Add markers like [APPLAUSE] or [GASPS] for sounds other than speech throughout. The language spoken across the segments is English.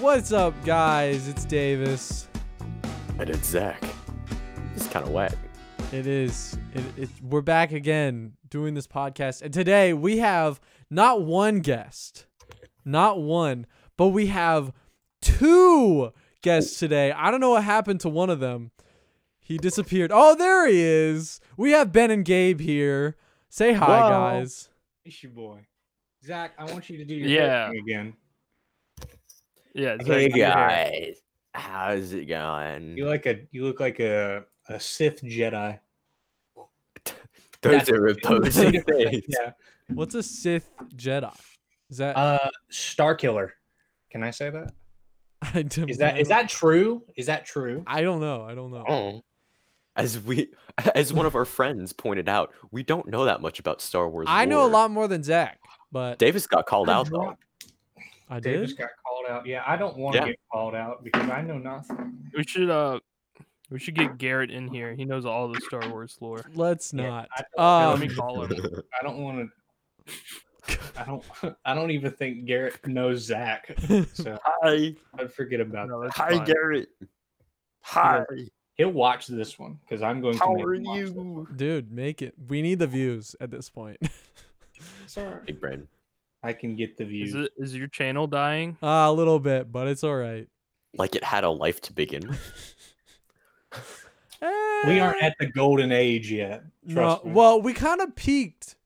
What's up, guys? It's Davis. And it's Zach. It's kind of whack. It is. It, it, we're back again doing this podcast. And today we have not one guest, not one, but we have two guests today. I don't know what happened to one of them. He disappeared. Oh, there he is. We have Ben and Gabe here. Say hi, Whoa. guys. It's your boy. Zach, I want you to do your Yeah. thing again. Yeah. Hey Zach, you're here. guys, how's it going? You like a you look like a, a Sith Jedi. Those That's- [LAUGHS] are [LAUGHS] opposing things. Yeah. What's a Sith Jedi? Is that Uh Star Killer. Can I say that? [LAUGHS] I don't Is that is know. that true? Is that true? I don't know. I don't know. Oh. As we, as one of our friends pointed out, we don't know that much about Star Wars. I know a lore. lot more than Zach, but Davis got called out though. Dropped. I did. Davis got called out. Yeah, I don't want to Yeah. get called out because I know nothing. We should uh we should get Garrett in here. He knows all the Star Wars lore. Let's Yeah, not. I Um, Yeah, Let me [LAUGHS] call him. [LAUGHS] I don't want to I don't [LAUGHS] I don't even think Garrett knows Zach. Um, [LAUGHS] So Hi, I'd forget about that. No, that's hi fine. Garrett. Hi, He'll watch this one because I'm going how to make are him watch it. you? dude, make it. We need the views at this point. [LAUGHS] It's all right. Hey, Brandon. I can get the Is views. it is your channel dying? uh, a little bit, but it's all right. Like it had a life to begin with. [LAUGHS] We aren't at the golden age yet. Eh, Trust no, me. Well, we kind of peaked,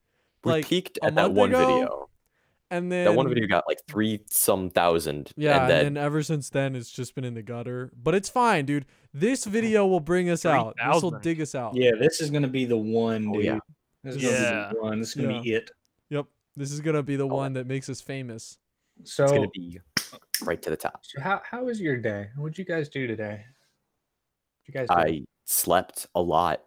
We Like, peaked a at that month one ago, video. and then That one video got like three some thousand. Yeah, and then ever since then, it's just been in the gutter. But it's fine, dude. This video will bring us out. This will 3,000. dig us out. yeah, this is gonna be the one, Oh, dude. yeah. This is gonna Yeah. be the one. This is gonna be it. Yep. This is gonna Oh, be the one that makes us [LAUGHS] famous. [LAUGHS] So, it's gonna be right to the top. so how how was your day? What'd you guys do today? What'd you guys do? I slept a lot.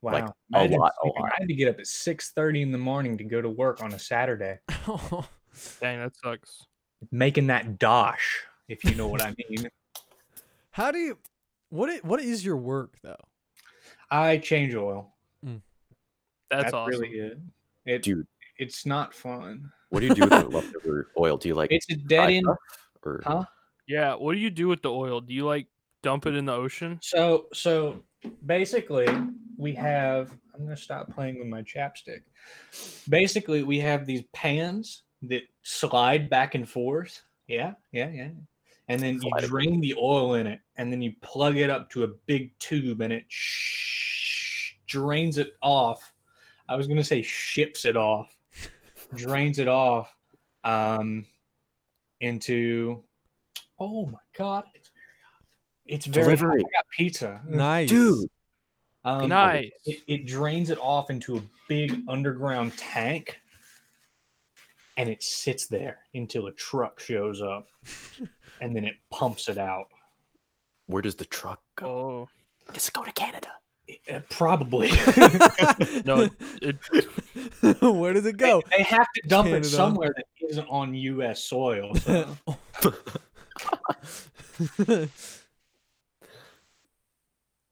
wow. like, a Imagine lot, a sleeping- lot. I had to get up at six thirty in the morning to go to work on a Saturday, Dang, that sucks. making that dosh, if you know what [LAUGHS] I mean. How do you? What i- What is your work though? I change oil. That's, That's awesome. really it. It Dude, it's not fun. what do you do with [LAUGHS] the leftover oil? Do you like It's a fry dead end. stuff, or Huh? Yeah. What do you do with the oil? Do you like dump it in the ocean? So so basically we have I'm gonna stop playing with my chapstick. Basically we have these pans that slide back and forth. Yeah, yeah, yeah. And then you Slide. drain the oil in it, and then you plug it up to a big tube, and it sh- drains it off. I was gonna say ships it off, drains it off um, into. Oh my god, it's very hot. It's very hot. Delivery. I got pizza. Nice, [LAUGHS] [LAUGHS] Dude, Um, nice. It, it drains it off into a big underground tank, and it sits there until a truck shows up, and then it pumps it out. where does the truck go? Oh. Does it go to Canada? It- it Eh, probably No, it- [LAUGHS] Where does it go? they have to dump Canada. it somewhere that isn't on U.S. soil. [LAUGHS] so-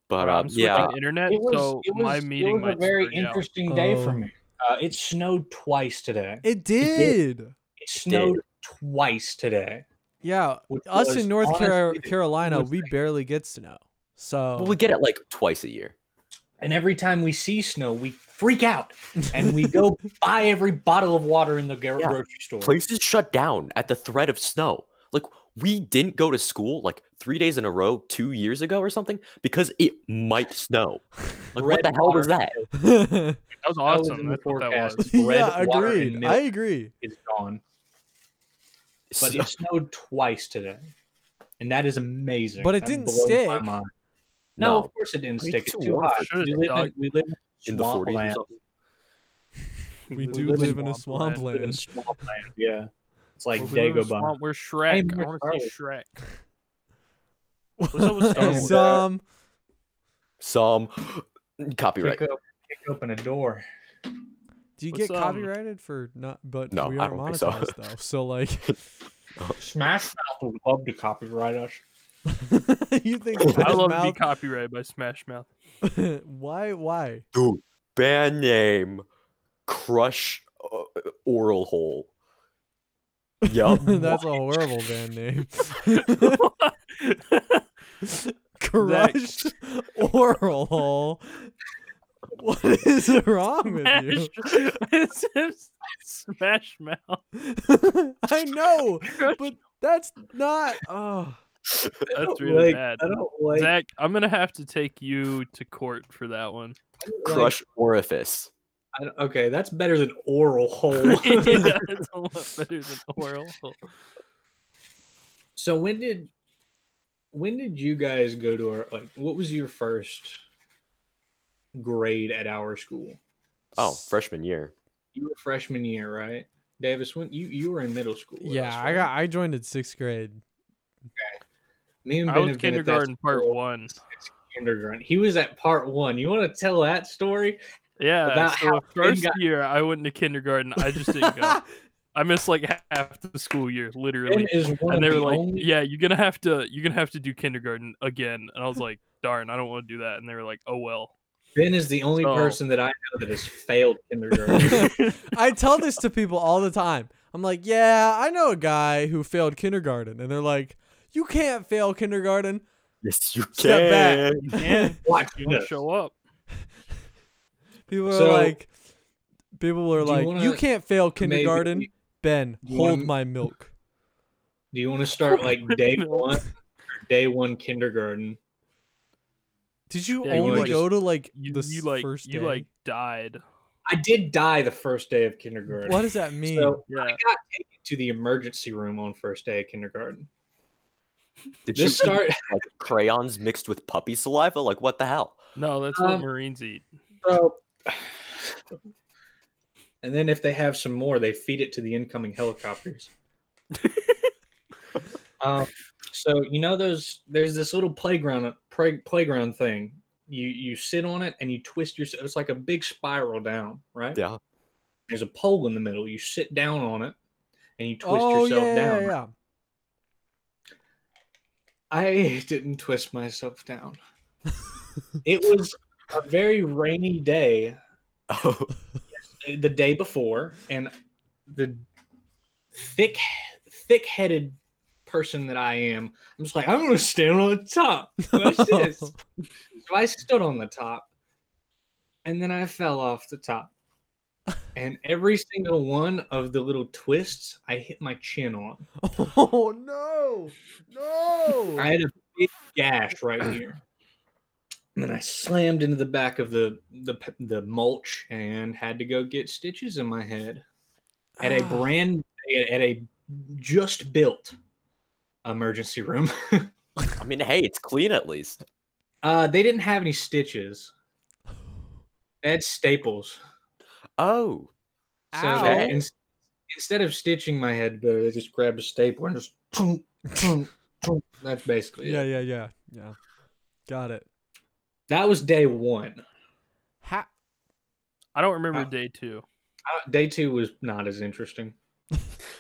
But I'm um, switching yeah, internet, it was, so it was, my it meeting was a might very screw you out. interesting day for Oh. me. Uh, it snowed twice today. It, it did. snowed twice today. Yeah, which us was in North honestly Caro- the Carolina, coolest we thing. barely get snow. So well, we get it like twice a year. And every time we see snow, we freak out [LAUGHS] and we go buy every bottle of water in the gar- Yeah. grocery store. Places shut down at the threat of snow. Like we didn't go to school like three days in a row two years ago or something because it might [LAUGHS] snow. Like what Red the hell was water that? That was That was in awesome. the That's what that forecast. was. [LAUGHS] Bread, yeah, water, and agreed. milk. I agree. is gone. But So- [LAUGHS] it snowed twice today. And that is amazing. But it That didn't blows my stick. mind. No, no, of course it didn't It's stick. It's too too warm hot. for We sure, live, dog. in, we live in, in the 40s. Or swampland. something. We We do live in live in a swampland. We live in swampland. swampland. Yeah. It's Or like if we live in a Dagobah. swamp, We're Shrek. I where want are to we? see Shrek. [LAUGHS] What's up with Star [LAUGHS] And Wars? some some [GASPS] copyright. Kick, up, kick open a door. [LAUGHS] do you What's, get um, copyrighted for not? But No, we I aren't don't think so. monetized though. So like, [LAUGHS] Smash Mouth would love to copyright us. you think I Smash love to be mouth? copyrighted by Smash [LAUGHS] Mouth. [LAUGHS] [LAUGHS] why? Why? Dude, band name Crush uh, Oral Hole. [LAUGHS] Yup. [LAUGHS] That's a horrible band name. [LAUGHS] Crushed oral [LAUGHS] hole. What is wrong with you? Smash, [LAUGHS] smash [LAUGHS] mouth. I know, but that's not. Oh, That's don't really like- bad. I don't like. Zach, I'm gonna have to take you to court for [LAUGHS] that one. [LAUGHS] I don't like- Crush orifice. I don't- okay, that's better than oral [LAUGHS] hole. Yeah, it's a lot better than [LAUGHS] oral. so when did when did you guys go to our like? What was your first grade at our school? Oh, freshman year. You were freshman year, right? Davis, when you you were in middle school. with us, yeah, I right? got. I joined at sixth grade. Me and I Ben was have been at that kindergarten part school one. since Kindergarten. He was at part one. You want to tell that story? Yeah. About so how Ben first got- year I went to kindergarten. I just [LAUGHS] didn't go. I missed like half the school year, literally. Ben is one And they of were the like, only "Yeah, you're gonna have to, you're gonna have to do kindergarten again." And I [LAUGHS] was like, "Darn, I don't want to do that." And they were like, "Oh well." [LAUGHS] Ben is the only So- person that I know that has failed [LAUGHS] kindergarten. [LAUGHS] I tell this to people all the time. I'm like, yeah, I know a guy who failed kindergarten, and they're like, you can't fail kindergarten. Yes, you Step back. can. Yeah, Watch you don't this. show up. [LAUGHS] People are So- like, people are Do you like, you, wanna can't fail Maybe- kindergarten. ben, you hold wanna- my milk. Do you want [LAUGHS] to start like day No. one, or day one kindergarten? Did you Yeah, you only like- go to like You, the you s- like, first you day? like died. I did die the first day of kindergarten. What does that mean? So I Yeah. got taken to the emergency room on first day of kindergarten. Did you This start like crayons mixed with puppy saliva? Like what the hell? [LAUGHS] No, that's what Um, Marines eat. so, and then if they have some more, they feed it to the incoming helicopters. um, so you know those there's this little playground play, playground thing. You you sit on it and you twist yourself. It's like a big spiral down, right? Yeah. There's a pole in the middle. You sit down on it and you twist oh yourself yeah, down. yeah, yeah. I [LAUGHS] didn't twist myself down. it was a very rainy day Oh, the day before, and the thick, thick-headed person that I am, I'm just like, I'm gonna stand on the top. That's this. so I stood on the top, and then I fell off the top. And every single one of the little twists, I hit my chin on. [LAUGHS] Oh no, [LAUGHS] no. I had a big gash right here. And then I slammed into the back of the, the p- the mulch and had to go get stitches in my head at a [GASPS] Ah. brand at a just built emergency room. [LAUGHS] I mean, hey, it's clean at least. uh, they didn't have any stitches. They had staples. Oh, So Ow. they- in- instead of stitching my head, better, they just grabbed a staple and just. thunk, thunk, thunk. That's basically Yeah, it. yeah, yeah, yeah. Got it. That was day one. Ha- I don't remember Uh, day two. Uh, day two was not as interesting.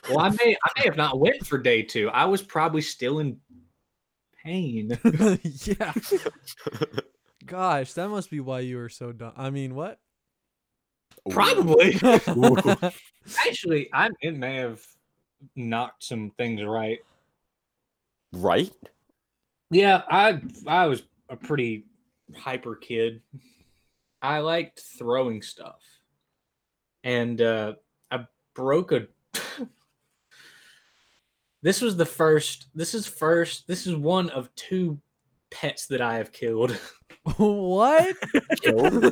well, I may I may have not went for day two. I was probably still in pain. [LAUGHS] yeah. Gosh, that must be why you were so dumb. I mean, what? [LAUGHS] Ooh. probably. [LAUGHS] Ooh. Actually, I it may have knocked some things right. Right? Yeah, I I was a pretty hyper kid. I liked throwing stuff. And uh I broke a [LAUGHS] This was the first this is first this is one of two pets that I have killed. what? Killed?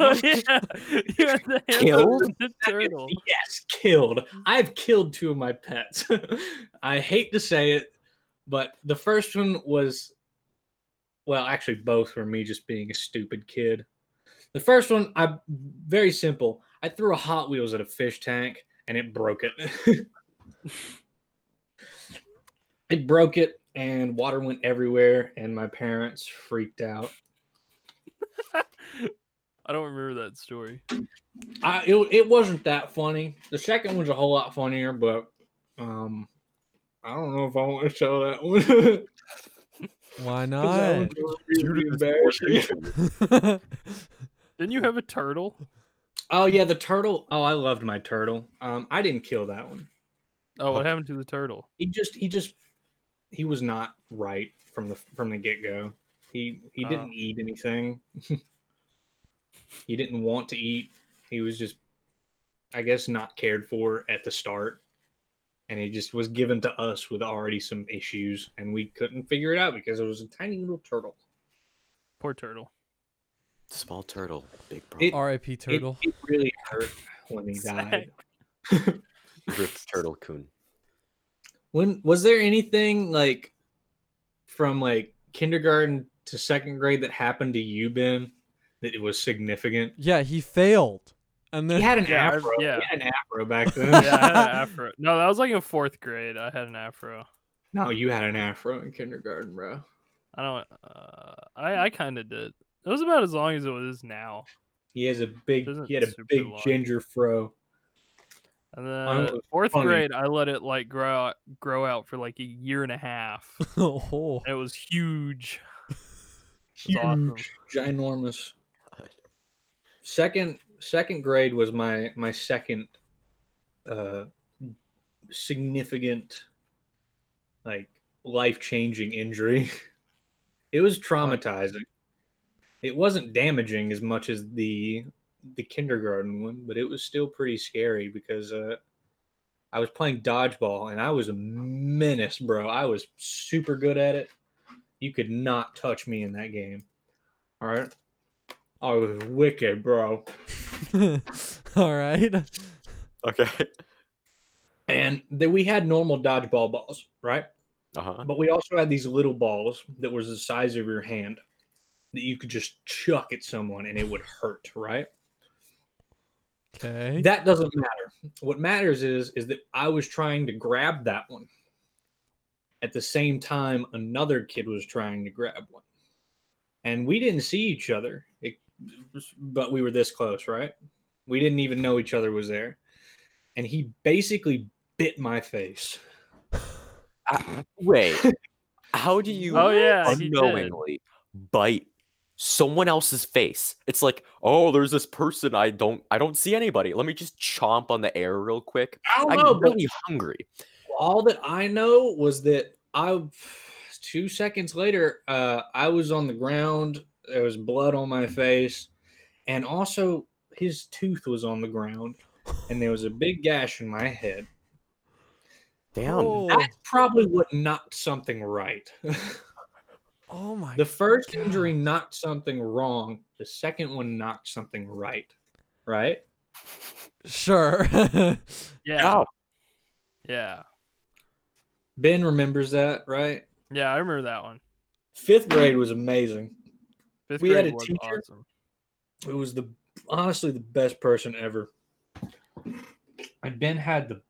oh, [LAUGHS] yeah. You [LAUGHS] had the hand Killed? of the turtle. [LAUGHS] Yes, killed. I've killed two of my pets. [LAUGHS] I hate to say it, but the first one was well, actually both were me just being a stupid kid. The first one, I very simple. I threw a Hot Wheels at a fish tank and it broke it. [LAUGHS] it broke it and water went everywhere and my parents freaked out. I don't remember that story. I it, it wasn't that funny. The second one's a whole lot funnier, but um, I don't know if I want to show that [LAUGHS] one. 'Cause Why that not? one's really embarrassing. [LAUGHS] Didn't you have a turtle? Oh yeah, the turtle. Oh, I loved my turtle. Um, I didn't kill that one. Oh, what happened to the turtle? he just he just he was not right from the from the get go. He he Oh. didn't eat anything. [LAUGHS] he didn't want to eat. He was just I guess not cared for at the start. And he just was given to us with already some issues and we couldn't figure it out because it was a tiny little turtle. Poor turtle. Small turtle, big It- problem. R.I.P. It- Turtle. It, really hurt when he died. Rip turtle coon. When was there anything like from like kindergarten to second grade that happened to you, Ben, that it was significant? yeah, he failed, and He then had an Yeah, I've- afro. He yeah. had an afro [LAUGHS] back then. [LAUGHS] Yeah, I had an afro. No, that was like in fourth grade. I had an afro. No, Oh, you had an afro in kindergarten, bro. I don't. Uh, I I kind of did. It was about as long as it was now. He has a big. Isn't He had a super big long. ginger fro. And Mine then was fourth funny. grade, I let it like grow out, grow out for like a year and a half. [LAUGHS] oh, [LAUGHS] And it was huge. Huge, awesome. ginormous. Second, second grade was my my second, uh, significant, like life changing injury. [LAUGHS] It was traumatizing. It wasn't damaging as much as the the kindergarten one, but it was still pretty scary because uh, I was playing dodgeball and I was a menace, bro. I was super good at it. You could not touch me in that game. All right. I was wicked, bro. all right. Okay. And then we had normal dodgeball balls, right? Uh huh. But we also had these little balls that was the size of your hand that you could just chuck at someone and it would hurt, right? Okay. That doesn't matter. What matters is is that I was trying to grab that one. At the same time, another kid was trying to grab one, and we didn't see each other. It, but we were this close, right? We didn't even know each other was there, and he basically bit my face. Wait. How do [LAUGHS] you Oh yeah, he did. unknowingly bite someone else's face? It's like, oh, there's this person I don't I don't see anybody. Let me just chomp on the air real quick. I don't I'm know, but really hungry. all that I know was that I two seconds later, uh, I was on the ground. There was blood on my face, and also his tooth was on the ground, and there was a big gash in my head. Damn. Oh, That's probably what knocked something right. [LAUGHS] oh my. the first God. injury knocked something wrong. The second one knocked something right. Right? Sure. [LAUGHS] Yeah, Ow. yeah, Ben remembers that, right? yeah. I remember that one. Fifth grade was amazing. Fifth We had grade a was teacher- awesome. It was the honestly the best person ever. And Ben had the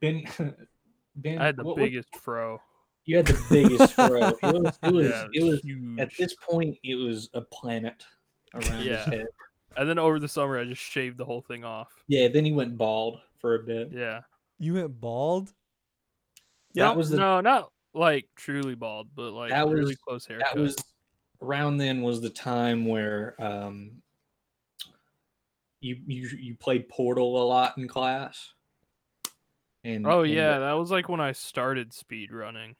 Ben [LAUGHS] Ben I had the what was- biggest fro. you had the biggest throw. It was it was, [LAUGHS] yeah, it was huge. at this point it was a planet around Yeah. his head. and then over the summer, I just shaved the whole thing off. Yeah, then he went bald for a bit. Yeah. you went bald. That was the no, not like truly bald, but like That was- really close hair. that was around then was the time where um you you you played Portal a lot in class. And Oh Mm, and yeah, that was like when I started speed running.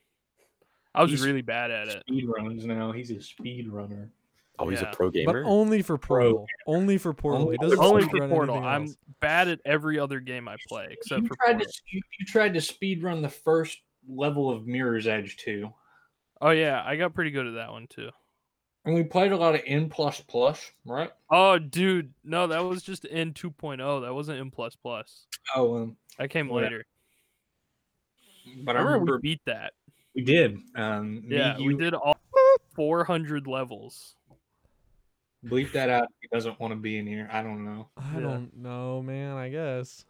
I was He's- really bad at it. speed runs now. He's a speed runner. Oh, he's Yeah. a pro gamer. But only for Portal. Only for Portal. Only- He doesn't Only speed for run Portal. anything I'm else. bad at every other game I play except you for tried Portal. to you, you tried to speed run the first level of Mirror's Edge too, Oh yeah, I got pretty good at that one too. and we played a lot of N plus plus, right? Oh dude, no, that was just in 2.0. oh, That wasn't in plus plus. Oh, um, That came Yeah. later. but I I remember we remember beat that. we did. Um, me, Yeah, we you- did all 400 levels. Bleep that out. if He doesn't want to be in here. I don't know. I Yeah. don't know, man. I guess.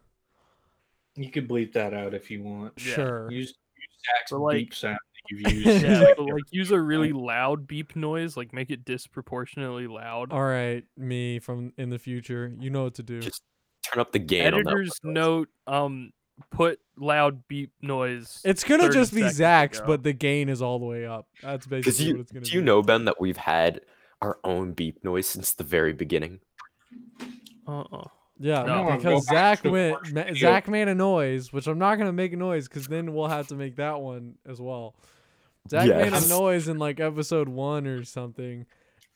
You could bleep that out if you want. Yeah. Sure. Use, use Zach's But, like- beep sound that [LAUGHS] you've used. Yeah, [LAUGHS] but like use a really loud beep noise, like make it disproportionately loud. All right, me from in the future. You know what to do. Just turn up the gain on that. Editor's note: um, put loud beep noise. It's gonna 30 just be seconds Zach's, ago. but the gain is all the way up. That's Because basically what you it's gonna do be. you know Ben that we've had our own beep noise since the very beginning. Uh-uh. Yeah, No. No, go because back Zach to the went. first Ma- video. Zach made a noise, which I'm not gonna make a noise because then we'll have to make that one as well. Zach made a Yes. noise in like episode one or something,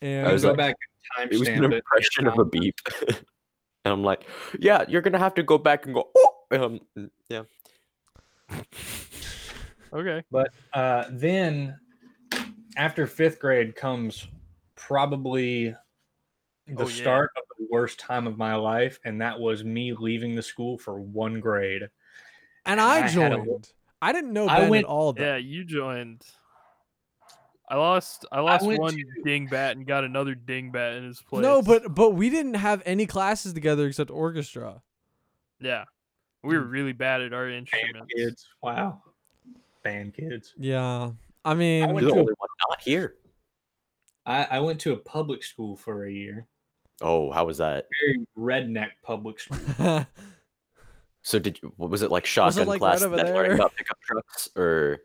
and I I was go like- back and It was an timestamp it. impression of a beep. [LAUGHS] and I'm like, yeah, you're gonna have to go back and go. Oh, um, yeah. Okay. But uh, then after fifth grade comes probably the Oh, yeah. start of the worst time of my life, and that was me leaving the school for one grade. and and I I had a- joined. I didn't know I Ben went- at all. Though. Yeah, you joined. I lost. I lost went one to- dingbat and got another dingbat in his place. No, but but we didn't have any classes together except orchestra. yeah, we were really bad at our instruments. kids, wow, band kids. Yeah, I mean, [LAUGHS] went You're the to- only one not here. I, I went to a public school for a year, Oh, how was that? very redneck public school. So did you, what was it like Was it, shotgun like, right class? over that's learning there? about pickup trucks or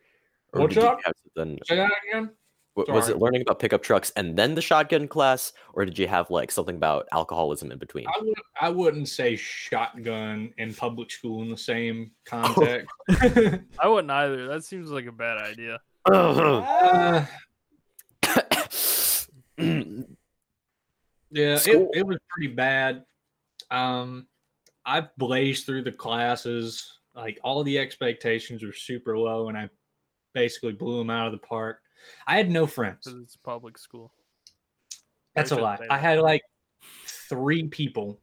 or What's did you up? have something- Say that again. wa- was Sorry. it learning about pickup trucks and then the shotgun class, or did you have like something about alcoholism in between? I would I wouldn't say shotgun and public school in the same context. [LAUGHS] I wouldn't either. That seems like a bad idea. [COUGHS] Uh, Yeah, it, School. it was pretty bad. Um, I blazed through the classes. Like all the expectations were super low, and I basically blew them out of the park. I had no friends. 'cause it's public school. That's a shouldn't lie. say I that. had like three people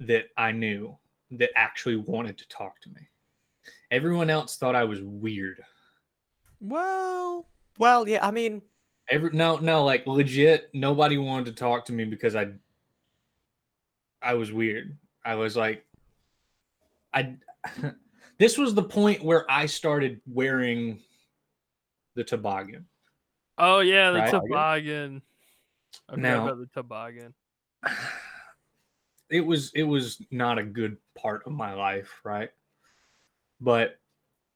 that I knew that actually wanted to talk to me. Everyone else thought I was weird. well, well, yeah, I mean, Every no, no, like legit, nobody wanted to talk to me because I I was weird. I was like I [LAUGHS] this was the point where I started wearing the toboggan. Oh yeah, the Right? toboggan. I forgot Now- about the toboggan. It was it was not a good part of my life, right? But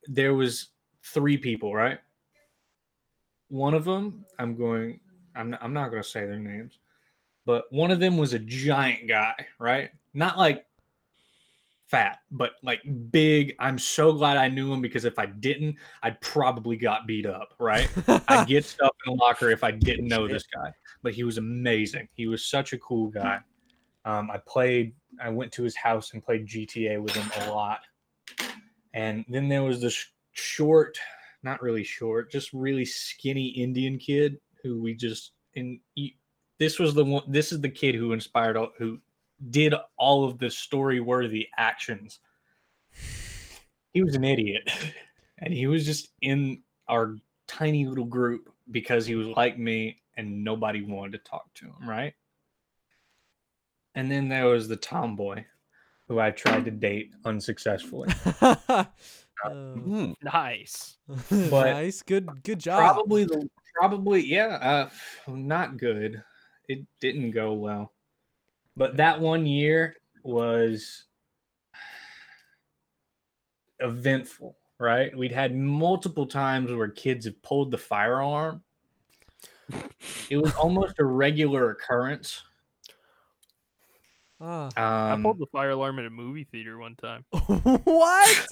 there was three people, right? One of them, I'm going I'm not, I'm not going to say their names. But one of them was a giant guy, right? Not like fat, but like big. I'm so glad I knew him because if I didn't, I'd probably got beat up, right? [LAUGHS] I'd get stuff in the locker if I didn't know this guy. But he was amazing. He was such a cool guy. Um, I played, I went to his house and played GTA with him a lot. And then there was this short, not really short, just really skinny Indian kid who we just and he- this was the one. This is the kid who inspired, all, who did all of the story worthy actions. He was an idiot, [LAUGHS] and he was just in our tiny little group because he was like me and nobody wanted to talk to him, right? And then there was the tomboy who I tried to date unsuccessfully. Uh, hmm, Nice. nice, good, good job. Probably the probably yeah, uh not good. It didn't go well. But that one year was eventful, right? We'd had multiple times where kids have pulled the [LAUGHS] firearm. It was almost a regular occurrence. Ah. [LAUGHS] Um, I pulled the fire alarm at a movie theater one time. what?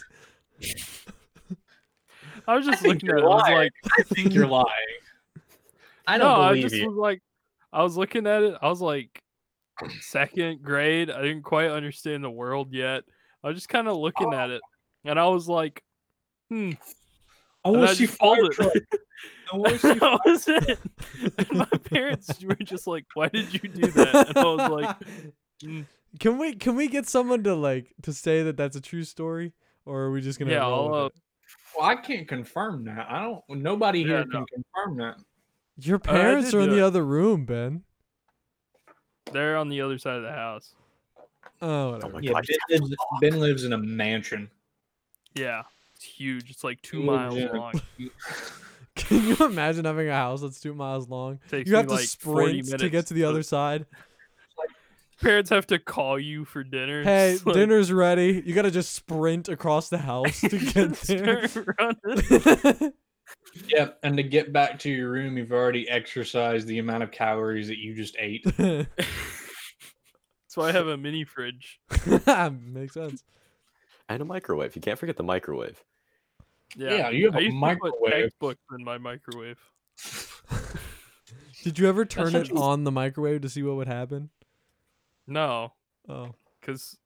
I was just think looking you're at it. I was lying. like, I think you're lying. I don't no, I believe just you. was like, I was looking at it. I was like, second grade. I didn't quite understand the world yet. I was just kind of looking at it, and I was [LAUGHS] like, hmm. I and wanna I see just pulled fire [LAUGHS] it. truck. I wanna see that [LAUGHS] was it. And my parents were just like, "Why did you do that?" And I was [LAUGHS] like, mm, can we can we get someone to like to say that that's a true story, or are we just gonna? Yeah, roll I'll, with uh, Well, I can't confirm that. I don't. Nobody Yeah, here can confirm that. it? Your uh, I did parents are in do the it. other room, Ben. "They're on the other side of the house." Oh, oh whatever. my Yeah, gosh, ben, lives, Ben lives in a mansion. Yeah, it's huge. It's like two Oh, Ooh, miles yeah. [LAUGHS] long. [LAUGHS] Can you imagine having a house that's two miles long? Takes You have me to like forty sprint minutes to get to the other side. [LAUGHS] Parents have to call you for dinner. Hey, It's like, [LAUGHS] dinner's ready. You gotta just sprint across the house to get there. start [LAUGHS] running. Yeah, and to get back to your room, you've already exercised the amount of calories that you just ate. It's That's why I have a mini fridge. [LAUGHS] Makes sense. and a microwave. You can't forget the microwave. [LAUGHS] Yeah, you have I a used to put microwave. textbooks in my microwave. Did you ever turn such it a- on the microwave to see what would happen? No, Oh. because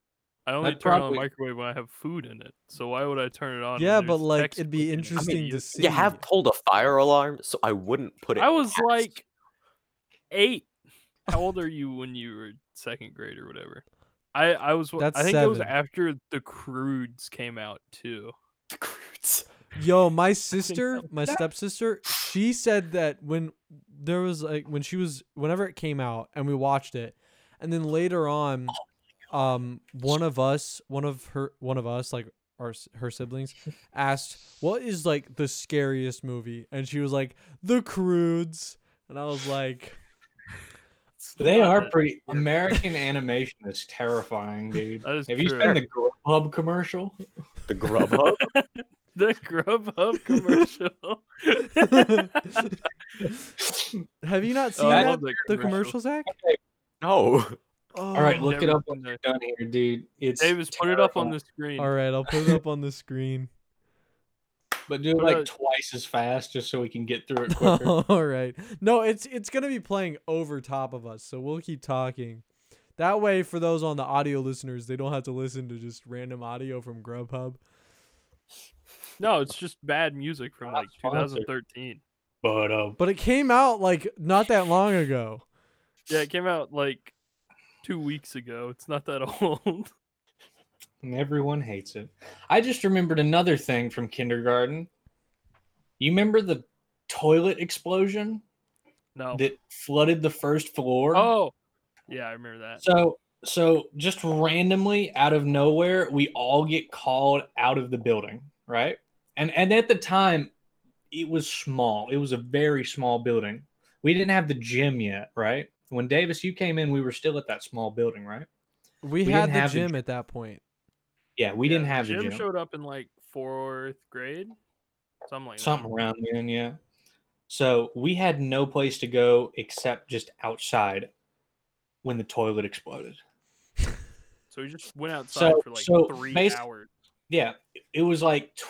I only That turn on probably- the microwave when I have food in it. So why would I turn it on? when Yeah, but there's like text it'd be cooking in it? interesting to see. You have pulled a fire alarm, so I wouldn't put it. I was past- like eight. How old are you when you were second grade or whatever? I I was. That's I think it was seven. after the Crudes came out too. [LAUGHS] Yo, my sister, my that- stepsister, she said that when there was like when she was whenever it came out and we watched it, and then later on, um, one of us, one of her, one of us, like our s- her siblings, asked, "What is like the scariest movie?" And she was like, "The Crudes," and I was like, [LAUGHS] They Not are that- pretty. American animation is terrifying, dude. That is Have you true. seen the Grubhub commercial? [LAUGHS] the [LAUGHS] Grubhub. [LAUGHS] the Grubhub [LAUGHS] Oh, commercial. "Have you not seen Oh, I that, love that the commercial, Zach?" no, Oh, All right, look it Never up seen when you're that. done here, dude. It's Davis, put it up on terrifying, the screen. all right, I'll put it up on the screen. but do it put like a- twice as fast, just so we can get [LAUGHS] through it quicker. All right. No, it's it's gonna be playing over top of us, so we'll keep talking. That way, for those on the audio listeners, they don't have to listen to just random audio from Grubhub. No, it's just bad music from Not like sponsored. 2013. but uh, But it came out like not that long ago. Yeah, it came out like two weeks ago. It's not that [LAUGHS] old. everyone hates it. I just remembered another thing from kindergarten. You remember the toilet explosion no. that flooded the first floor? Oh, yeah, I remember that. So so just randomly out of nowhere, we all get called out of the building, right? And and at the time, it was small. It was a very small building. We didn't have the gym yet, right? When Davis, you came in, we were still at that small building, right? We, We had didn't the have the gym gym. at that point. Yeah, we Yeah, didn't have Jim the gym. showed up in like fourth grade, something like something around then, yeah. So we had no place to go except just outside when the toilet exploded. that. So he just went outside So- for like so three basi- hours. Yeah, it was like tw-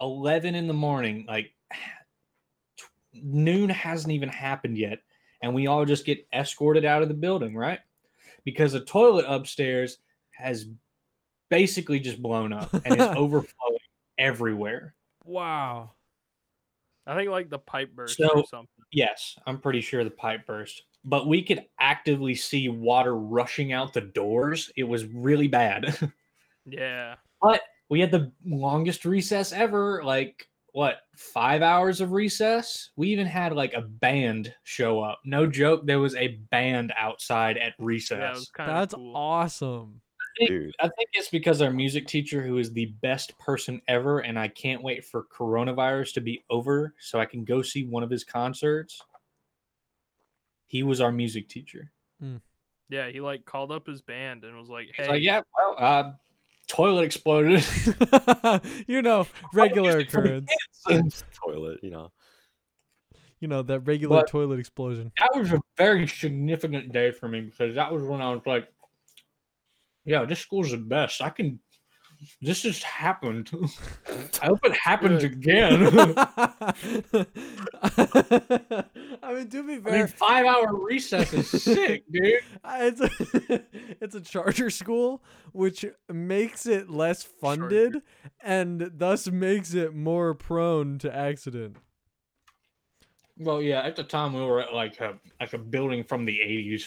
11 in the morning, like [SIGHS] tw- noon hasn't even happened yet. And we all just get escorted out of the building, right? Because the toilet upstairs has basically just blown up and it's overflowing everywhere. Wow. I think like the pipe burst So- or something. Yes, I'm pretty sure the pipe burst, but we could actively see water rushing out the doors. It was really bad. [LAUGHS] Yeah. we had the longest recess ever like what five hours of recess we even had like a band show up no joke there was a band outside at Yeah, it recess was kind That's of cool. awesome. [LAUGHS] dude. [LAUGHS] i think it's because our music teacher who is the best person ever and i can't wait for coronavirus to be over so i can go see one of his concerts he was our music teacher Yeah, he like called up his band and was like, he's "Hey, like yeah well uh toilet exploded [LAUGHS] you know, regular music for the occurrence. toilet, you know. You know, that regular But- toilet [LAUGHS] explosion. [LAUGHS] that was a very significant day for me because that was when I was like, yeah, this school's the best. I can, this just happened. [LAUGHS] I hope it happens [LAUGHS] Good. again. I mean, to be I fair, mean, five hour recess is sick, dude. Uh, It's a, [LAUGHS] it's a charter school, which makes it less funded and thus makes it more prone to accident. [LAUGHS] Well, yeah, at the time we were at like a, like a building from the 80s.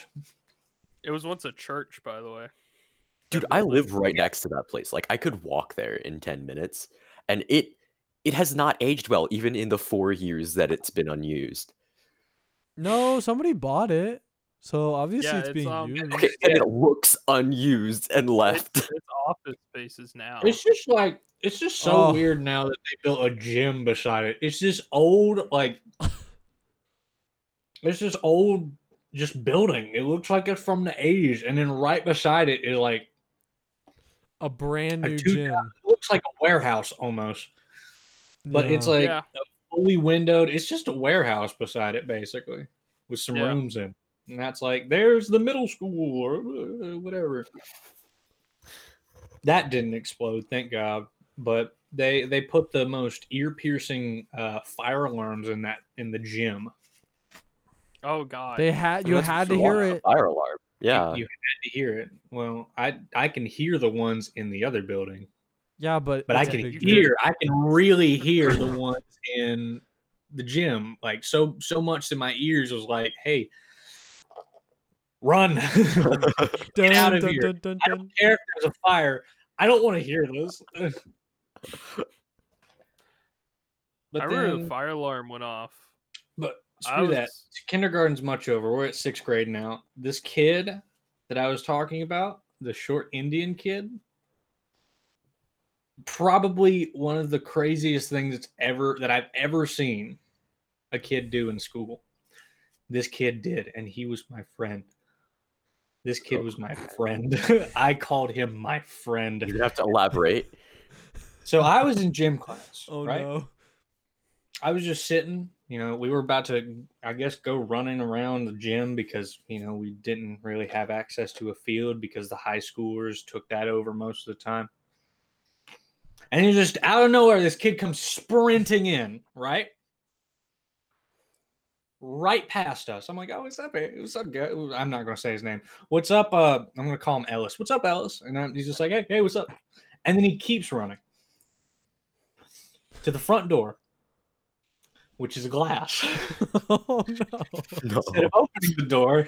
it was once a church, by the way." [LAUGHS] Dude, I live right next to that place. Like I could walk there in 10 minutes and it it has not aged well even in the 4 years that it's been unused. No, somebody bought it, so obviously Yeah, it's it's, being um, used. Okay, [LAUGHS] and it looks unused and It's, left. [LAUGHS] it's office spaces now. It's just like, it's just so Oh. weird now that they built a gym beside it. It's this old, like, it's this old, just building. It looks like it's from the 80s. And then right beside it is like, A brand A new two- gym, it looks like a warehouse almost, but it's No. like Yeah. fully windowed. It's just a warehouse beside it, basically, with some Yeah. rooms in. and that's like there's the middle school or uh, whatever. That didn't explode, thank God. But they they put the most ear piercing uh, fire alarms in that in the gym. Oh God. They had you That's had to for hear what? it. Fire alarm. Yeah. you had to hear it. Well, I I can hear the ones in the other building, Yeah, but but I it's a can big hear I can really hear the ones in the gym. Like so so much in my ears was like, hey, run. [LAUGHS] I deal. Get out Dun, of dun, here. dun, dun, dun. [LAUGHS] don't care if there's a fire. I don't want to hear those. [LAUGHS] I But remember then, the fire alarm went off. but I screw that. kindergarten's much over. We're at sixth grade now. This kid that I was talking about, the short Indian kid, probably one of the craziest things that's ever that I've ever seen a kid do in school. This kid did, and he was my friend. This kid was my friend. [LAUGHS] I called him my You're friend. gonna have to elaborate. [LAUGHS] So I was in gym class. Oh right? no. [LAUGHS] I was just sitting, you know, we were about to, I guess, go running around the gym because, you know, we didn't really have access to a field because the high schoolers took that over most of the time. And then just out of nowhere, this kid comes sprinting in, right? Right past us. I'm like, oh, what's up? eh? What's up, guy? I'm not going to say his name. What's up? Uh, I'm going to call him Ellis. What's up, Ellis? And I'm, he's just like, hey, hey, what's up? And then he keeps running to the front door which is glass. [LAUGHS] Oh no. [LAUGHS] No. Instead of opening the door,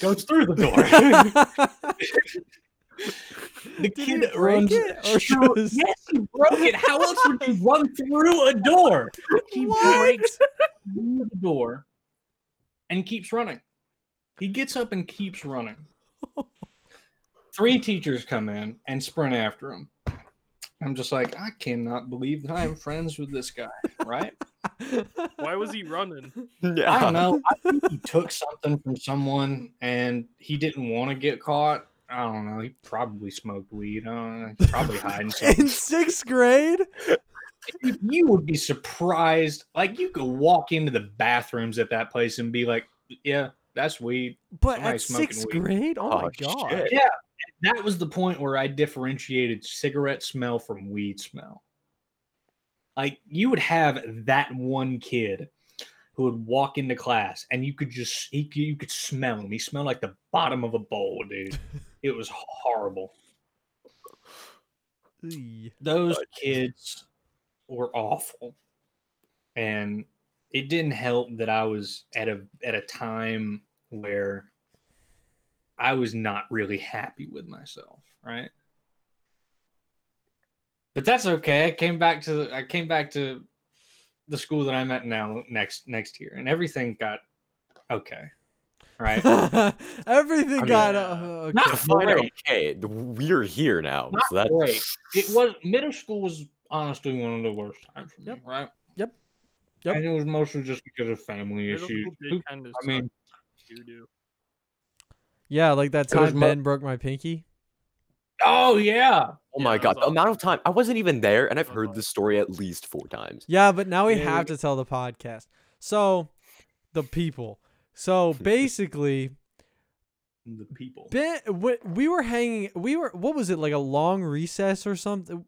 goes through [LAUGHS] the door. [LAUGHS] the Did he kid break runs. it, or through- just- Yes, he broke it. How else would [LAUGHS] you run through a door? He What? breaks [LAUGHS] through the door and keeps running. He gets up and keeps running. Three teachers come in and sprint after him. I'm just like, I cannot believe that I'm friends with this guy, right? [LAUGHS] Why was [LAUGHS] he running? [LAUGHS] yeah. I don't know. I think he took something from someone and he didn't want to get caught. I don't know. He probably smoked weed. I don't know. He's [LAUGHS] probably hiding something. in sixth grade? Dude, you would be surprised. Like you could walk into the bathrooms at that place and be like, "Yeah, that's weed." But Somebody at smoking sixth weed. grade? Oh, my Oh, god. shit. That was the point where I differentiated cigarette smell from weed smell. Like you would have that one kid who would walk into class and you could just he, could- you could smell him. He smelled like the bottom of a bowl, dude. it was horrible. Eey. Those Oh, Jesus. kids were awful. And it didn't help that I was at a at a time where I was not really happy with myself, right? But that's okay. I came back to the, I came back to the school that I'm at now next next year and everything got okay. [LAUGHS] Right? Everything I mean, got uh, uh, okay. not Fine, great. okay. th- We're here now. Not so that's great. [LAUGHS] It was middle school was honestly one of the worst times for me, Yep. right? Yep. Yep. And it was mostly just because of family Middle issues. school did Who- kinda I mean, suck, doo-doo. yeah, like that It was time mo- Ben broke my pinky. oh yeah, Oh Yeah, my that god, was the awful. amount of time I wasn't even there, and I've That was heard awful. this story at least four times. Yeah, but now we Yeah, have we- to tell the podcast. So, the people. [LAUGHS] So basically, the people. Ben, wh- we were hanging. We were what was it like a long recess or something?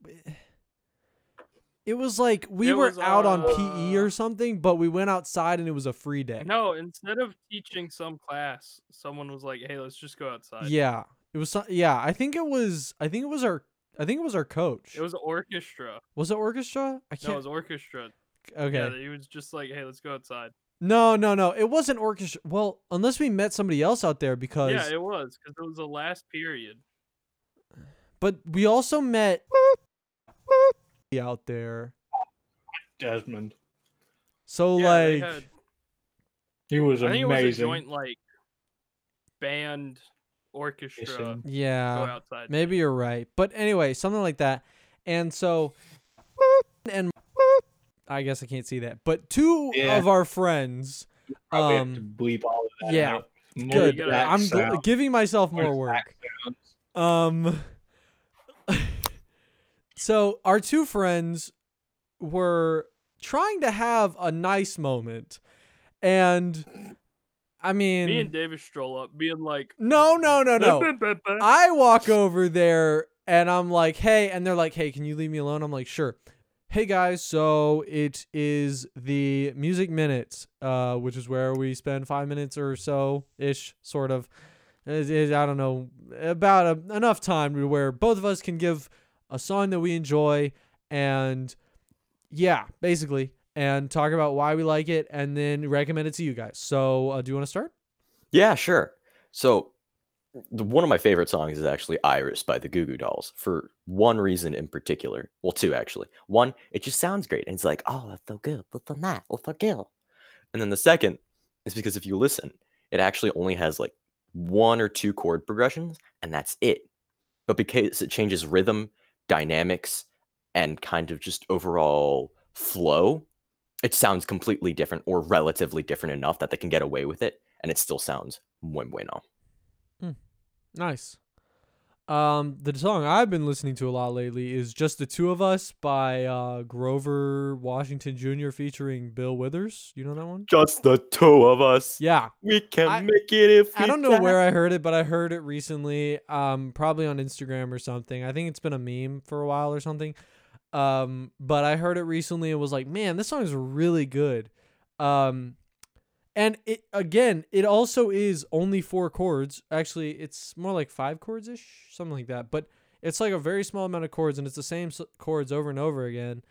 It was like we It were was, out on uh, PE or something, but we went outside and it was a free day. No, instead of teaching some class, someone was like, "Hey, let's just go outside." Yeah, it was. so- Yeah, I think it was. I think it was our. I think it was our coach. It was orchestra. Was it orchestra? I No, it can't. was orchestra. okay. Yeah, he was just like, "Hey, let's go outside." No, no, no. It wasn't orchestra. Well, unless we met somebody else out there because. Yeah, it was because it was the last period. but we also met [LAUGHS] out there. Desmond, So yeah, they like had, he was I think it was a amazing. joint like band orchestra. Listen, yeah. Go outside. Maybe you're right. But anyway, something like that. And so [LAUGHS] and I guess I can't see that. But two Yeah. of our friends Probably have to um, bleep all of that. yeah. out. More good. you black gotta- I'm gl- sound. giving myself More more work. black sound. Um So our two friends were trying to have a nice moment and I Me and mean, Davis stroll up, being like, no, no, no, [LAUGHS] no. no. I walk over there and I'm like, hey, and they're like, hey, can you leave me alone? I'm like, sure. Hey guys, so it is the music minutes, uh, which is where we spend five minutes or so ish, sort of. It- it- I don't know about a, enough time to where both of us can give a song that we enjoy and yeah, basically, and talk about why we like it and then recommend it to you guys. So, uh, do you want to start? Yeah, sure. So, the, one of my favorite songs is actually Iris by the Goo Goo Dolls for one reason in particular. Well, two actually. One, it just sounds great. And it's like, oh, that's so good. That's so nice. That's so good. And then the second is because if you listen, it actually only has like one or two chord progressions, and that's it. But because it changes rhythm, dynamics, and kind of just overall flow, it sounds completely different or relatively different enough that they can get away with it and it still sounds muy bueno. Nice. Um, the song I've been listening to a lot lately is "Just the Two of Us" by uh, Grover Washington Jr. featuring Bill Withers. You know that one? Just the two of us. Yeah. We can I- make it if I don't know where I heard it, but I heard it recently, um, probably on Instagram or something. I think it's been a meme for a while or something. Um, but I heard it recently and was like, man, this song is really good. Um, and it again, it also is only four chords. Actually, it's more like five chords ish, something like that. But it's like a very small amount of chords, and it's the same s- chords over and over again.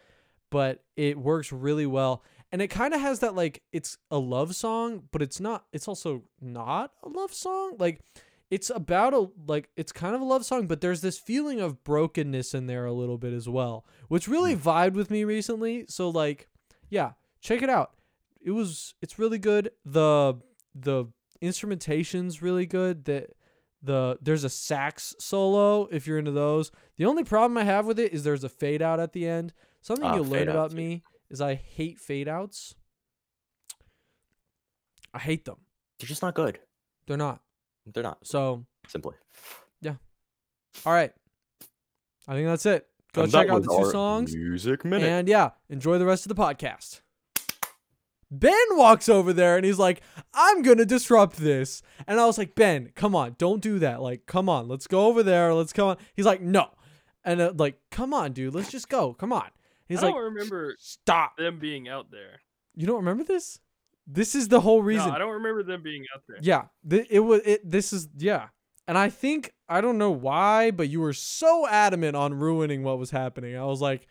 But it works really well and it kind of has that like it's a love song but it's not it's also not a love song like it's about a like it's kind of a love song but there's this feeling of brokenness in there a little bit as well which really Hmm. vibed with me recently so like yeah check it out it was it's really good the the instrumentation's really good that the there's a sax solo if you're into those the only problem i have with it is there's a fade out at the end something Ah, you fade learn about outs, yeah. me is i hate fade outs i hate them They're just not good. they're not They're not so simply. all right i think that's it go And that check out was the two our songs Music minute. And yeah, enjoy the rest of the podcast. Ben walks over there and he's like, I'm going to disrupt this. And I was like, Ben, come on, don't do that. Like, come on, let's go over there. Let's come on. He's like, no. And uh, like, come on, dude, let's just go. Come on. He's I don't like, remember stop. them being out there. You don't remember this? This is the whole reason. No, I don't remember them being out there. Yeah, th- it was. It this is yeah, and I think I don't know why, but you were so adamant on ruining what was happening. I was like,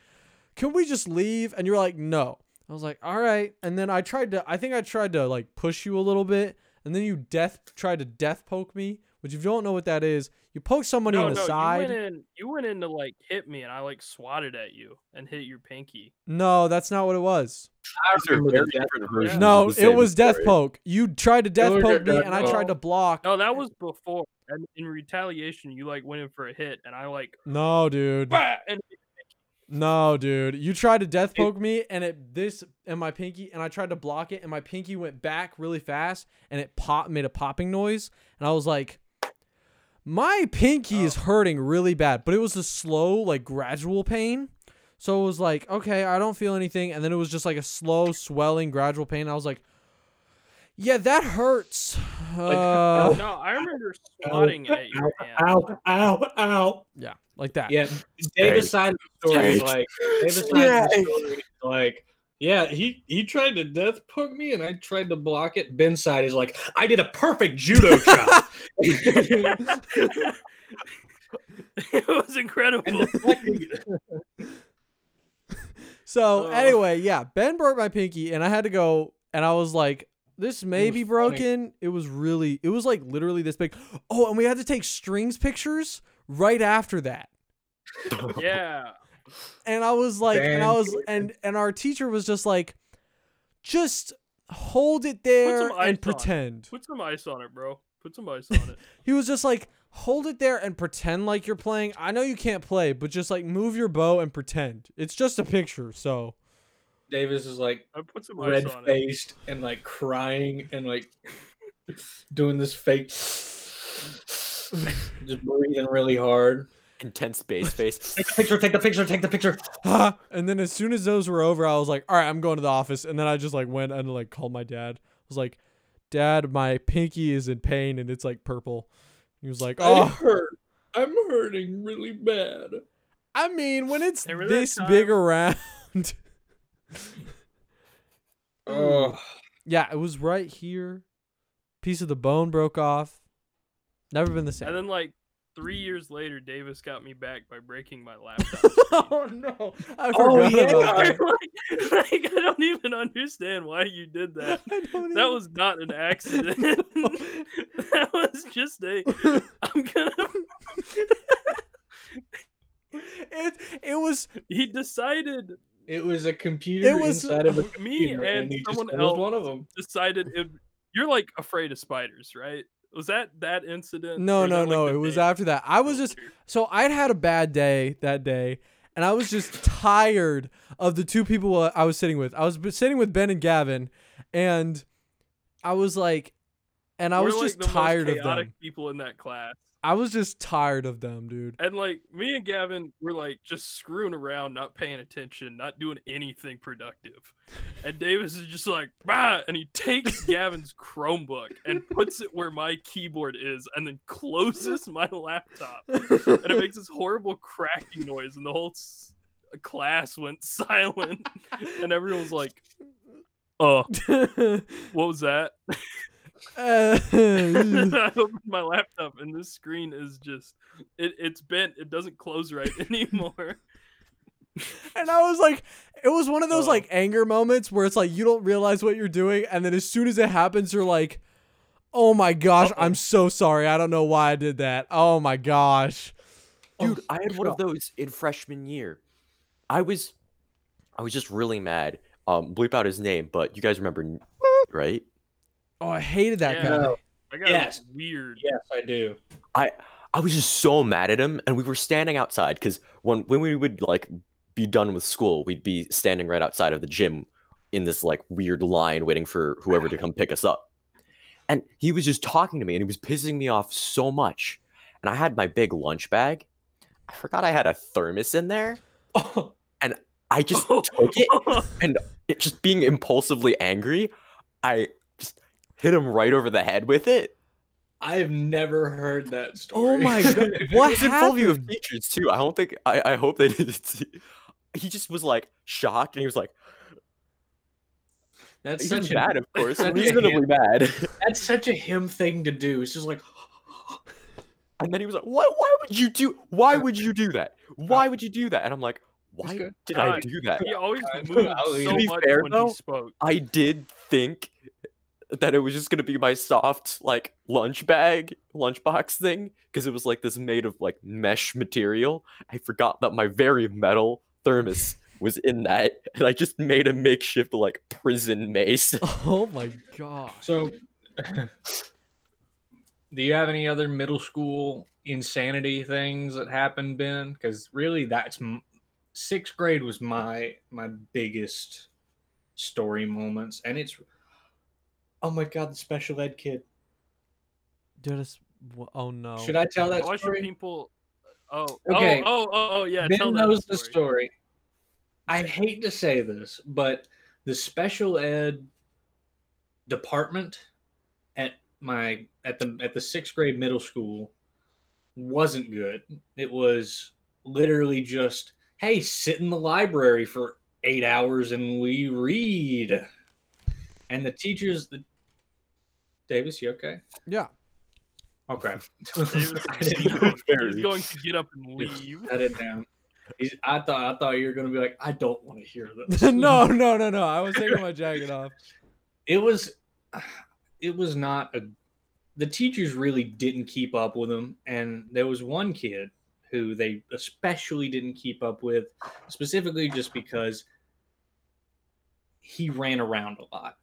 "Can we just leave?" And you're like, "No." I was like, "All right." And then I tried to. I think I tried to like push you a little bit, and then you death tried to death poke me. Which if you don't know what that is, you poke somebody no, on the no, side. You went in. You went in to like hit me, and I like swatted at you and hit your pinky. No, that's not what it was. I These are remember very the death different Poke. versions. No, This is the it same was death story. poke. You tried to death Those are poke me, death and I tried to block. No, that was before. And in retaliation, you like went in for a hit, and [LAUGHS] I like. No, dude. "Bah!" And No, dude. You tried to death poke me and it this and my pinky and I tried to block it and my pinky went back really fast and it pop made a popping noise and I was like my pinky is hurting really bad, but it was a slow like gradual pain. So it was like, okay, I don't feel anything and then it was just like a slow swelling gradual pain. I was like yeah, that hurts. Uh, [LAUGHS] no, [LAUGHS] I remember Oh. swatting at you. man. [LAUGHS] Ow, ow, ow. yeah, like that. Yeah, Davis side of the story is Yikes. like Davis side of the story is like yeah, he he tried to death poke me and I tried to block it. Ben's side is like I did a perfect judo [LAUGHS] chop. And it [LAUGHS] was incredible. deflecting it. So Oh. anyway, yeah, Ben broke my pinky, and I had to go, and I was like, "This may was be funny. broken." It was really, it was like literally this big. Oh, and we had to take strings pictures right after that, yeah. and I was like, and I Damn. was, and and our teacher was just like, "Just hold it some there ice on and it. pretend." Put some ice on it, bro. Put some ice on it. He was just like, "Hold it there and pretend like you're playing." I know you can't play, but just like move your bow and pretend. It's just a picture, so. Davis is like I put some ice red on it. faced and like crying and like doing this fake just breathing really hard. Intense [LAUGHS] bass face. Take the picture, take the picture, take the picture. "Huh?" and then as soon as those were over, I was like, all right, I'm going to the office. And then I just like went and like called my dad. I was like, Dad, my pinky is in pain and it's like purple. He was like, I [LAUGHS] Oh, hurt. I'm hurting really bad. I mean, when it's Remember that this big time- around. [LAUGHS] Oh, yeah, it was right here. Piece of the bone broke off. Never been the same. And then like three years later, Davis got me back by breaking [LAUGHS] my laptop. [LAUGHS] Oh. screen. no. I Oh, forgot yeah. about [LAUGHS] that. like, like, I don't even understand why you did that. [LAUGHS] I don't That even- was not [LAUGHS] an accident. that was just a. I'm gonna. it it was He decided it was a computer It was- inside of a me computer, and he just someone killed else one of them. decided it. You're like afraid of spiders, right? Was that that incident? no or is no that, like, no the it was day after that i was just after? so i'd had a bad day that day and i was just tired of the two people i was sitting with i was b- sitting with ben and gavin and i was like and i We're, was like, just the most tired of chaotic them People in that class, i was just tired of them dude [LAUGHS] [LAUGHS] and like me and Gavin were like just screwing around, not paying attention, not doing anything productive. And Davis is just like, bah! and he takes Gavin's Chromebook and puts it where my keyboard is, and then closes my laptop, and it makes this horrible cracking noise, and the whole s- class went silent, and everyone was like, "Oh, what was that?" [LAUGHS] I opened my laptop and this screen is just it, it's bent. It doesn't close right [LAUGHS] anymore. And I was like, it was one of those Oh. like anger moments where it's like you don't realize what you're doing, and then as soon as it happens, you're like, oh my gosh, Uh-oh. I'm so sorry. I don't know why I did that. Oh my gosh. Dude, I had one of those in freshman year. I was I was just really mad. Um bleep out his name, but you guys remember [LAUGHS] N- right? Oh, I hated that Yeah. guy. No. I got Yes. weird. Yes, I do. I was just so mad at him and we were standing outside cuz when when we would like be done with school, we'd be standing right outside of the gym in this like weird line waiting for whoever to come pick us up. And he was just talking to me and he was pissing me off so much. And I had my big lunch bag. I forgot I had a thermos in there. Oh, I just took it it just being impulsively angry, I just hit him right over the head with it. I have never heard that story. Oh [LAUGHS] my god. What It's in full view of happened? features too. I don't think I, I hope they [LAUGHS] didn't see. He just was like shocked and he was like [LAUGHS] That's he such was a mad, of course. such a Reasonably bad. [LAUGHS] that's such a him thing to do. It's just like And then he was like, Why why would you do why would you do that? [LAUGHS] Why would you do that? And I'm like, Why good. did I Alright. do that? [LAUGHS] He always [LAUGHS] I- moved I was- so To be much fair, when though, he spoke. I did think that it was just gonna be my soft like lunch bag, lunchbox thing, because it was like this made of like mesh material. I forgot that my very metal thermos was in that, and I just made a makeshift like prison mace. [LAUGHS] Oh my gosh. [LAUGHS] so. do you have any other middle school insanity things that happened, Ben? Because really, that's m- sixth grade was my my biggest story moments, and it's oh my god, the special ed kid. Dude, it's- wh- oh no. Should I tell that Why should story? people? Oh, Okay. oh, oh, oh, oh, yeah. tell ben that knows the story. I hate to say this, but the special ed department at my at the at the sixth grade middle school wasn't good. It was literally just, hey, sit in the library for eight hours and we read. And the teachers the Davis, you okay? Yeah. Okay. Davis- [LAUGHS] I didn't know. He's going to get up and leave. Cut it down. He's- I thought I thought you were gonna be like, I don't want to hear [LAUGHS] [LAUGHS] this. no, no, no, no. I was taking my jacket off. it was, it was not a. The teachers really didn't keep up with him, and there was one kid who they especially didn't keep up with, specifically just because he ran around a lot,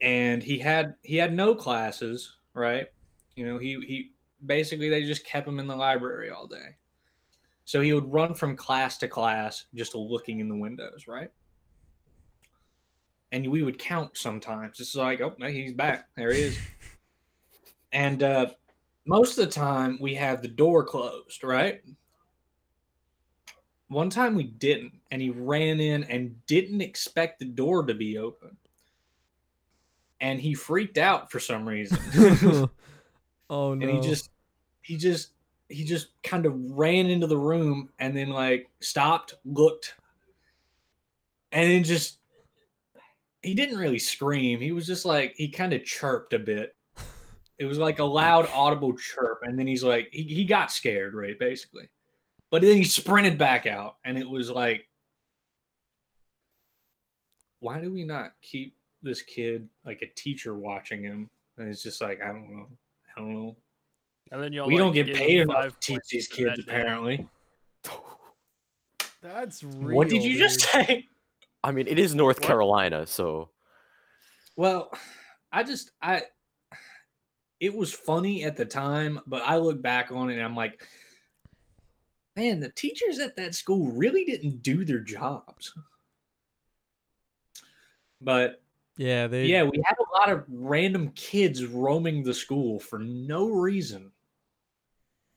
and he had he had no classes, right? You know, he he basically they just kept him in the library all day. So he would run from class to class just looking in the windows, right? And we would count sometimes. It's like, oh, no, he's back. There he is. and uh, most of the time we have the door closed, right? One time we didn't, and he ran in and didn't expect the door to be open. and he freaked out for some reason. [LAUGHS] oh no. and he just he just he just kind of ran into the room and then like stopped looked and then just he didn't really scream he was just like he kind of chirped a bit it was like a loud audible chirp and then he's like he, he got scared right basically but then he sprinted back out and it was like why do we not keep this kid like a teacher watching him and it's just like i don't know i don't know And then y'all we like, don't get give paid him enough five to teach points these for kids, that day. apparently. That's real. What did you just dude. [LAUGHS] say? I mean, it is North What? Carolina, so Well, I just I it was funny at the time, but I look back on it and I'm like, man, the teachers at that school really didn't do their jobs. But Yeah, they yeah, we had a lot of random kids roaming the school for no reason.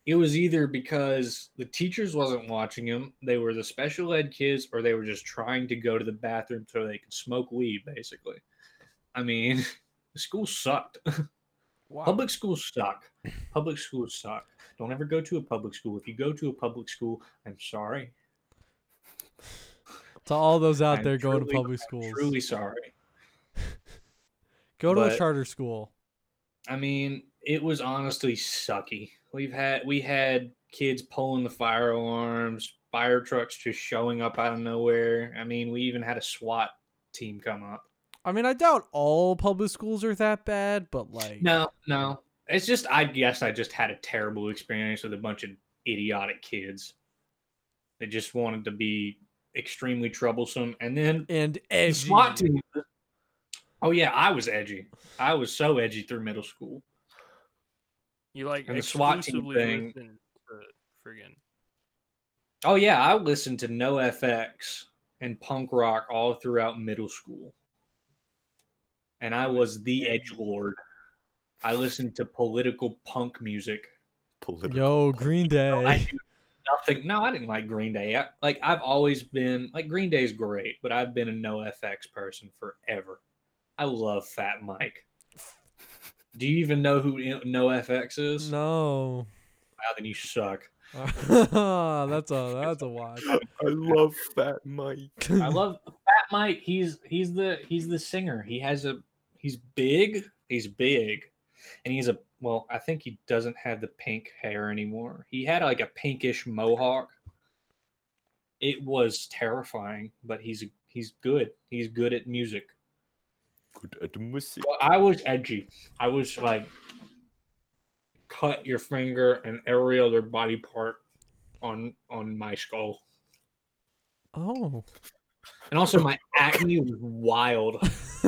It was either because the teachers wasn't watching them, they were the special ed kids, or they were just trying to go to the bathroom so they could smoke weed, basically. I mean, [LAUGHS] the school sucked. wow. Public schools suck. Public schools suck. Don't ever go to a public school. If you go to a public school, I'm sorry. to all those out I'm there going to truly- public I'm schools. Truly sorry. Go to a but- charter school. I mean, it was honestly sucky. We've had we had kids pulling the fire alarms, fire trucks just showing up out of nowhere. I mean, we even had a SWAT team come up. I mean, I doubt all public schools are that bad, but like No, no. It's just I guess I just had a terrible experience with a bunch of idiotic kids. They just wanted to be extremely troublesome and then and the edgy. SWAT team Oh yeah, I was edgy. I was so edgy through middle school. You like And the SWAT team exclusively thing- listen to friggin' Oh yeah, I listened to No FX and punk rock all throughout middle school, and I was the edge lord. I listened to political punk music. political. Yo, Green I Day. knew nothing. No, I didn't like Green Day. I, like I've always been like Green Day's great, but I've been a No FX person forever. I love Fat Mike. Do you even know who No FX is? No. [LAUGHS] Wow, then you suck. that's a that's a watch. I love Fat Mike. I love Fat Mike. He's he's the he's the singer. He has a he's big. He's big, and he's a well. I think he doesn't have the pink hair anymore. He had like a pinkish mohawk. It was terrifying, but he's he's good. He's good at music. Good at music. Well, I was edgy. I was like, cut your finger and every other body part on on my skull. Oh. And also, my acne was wild.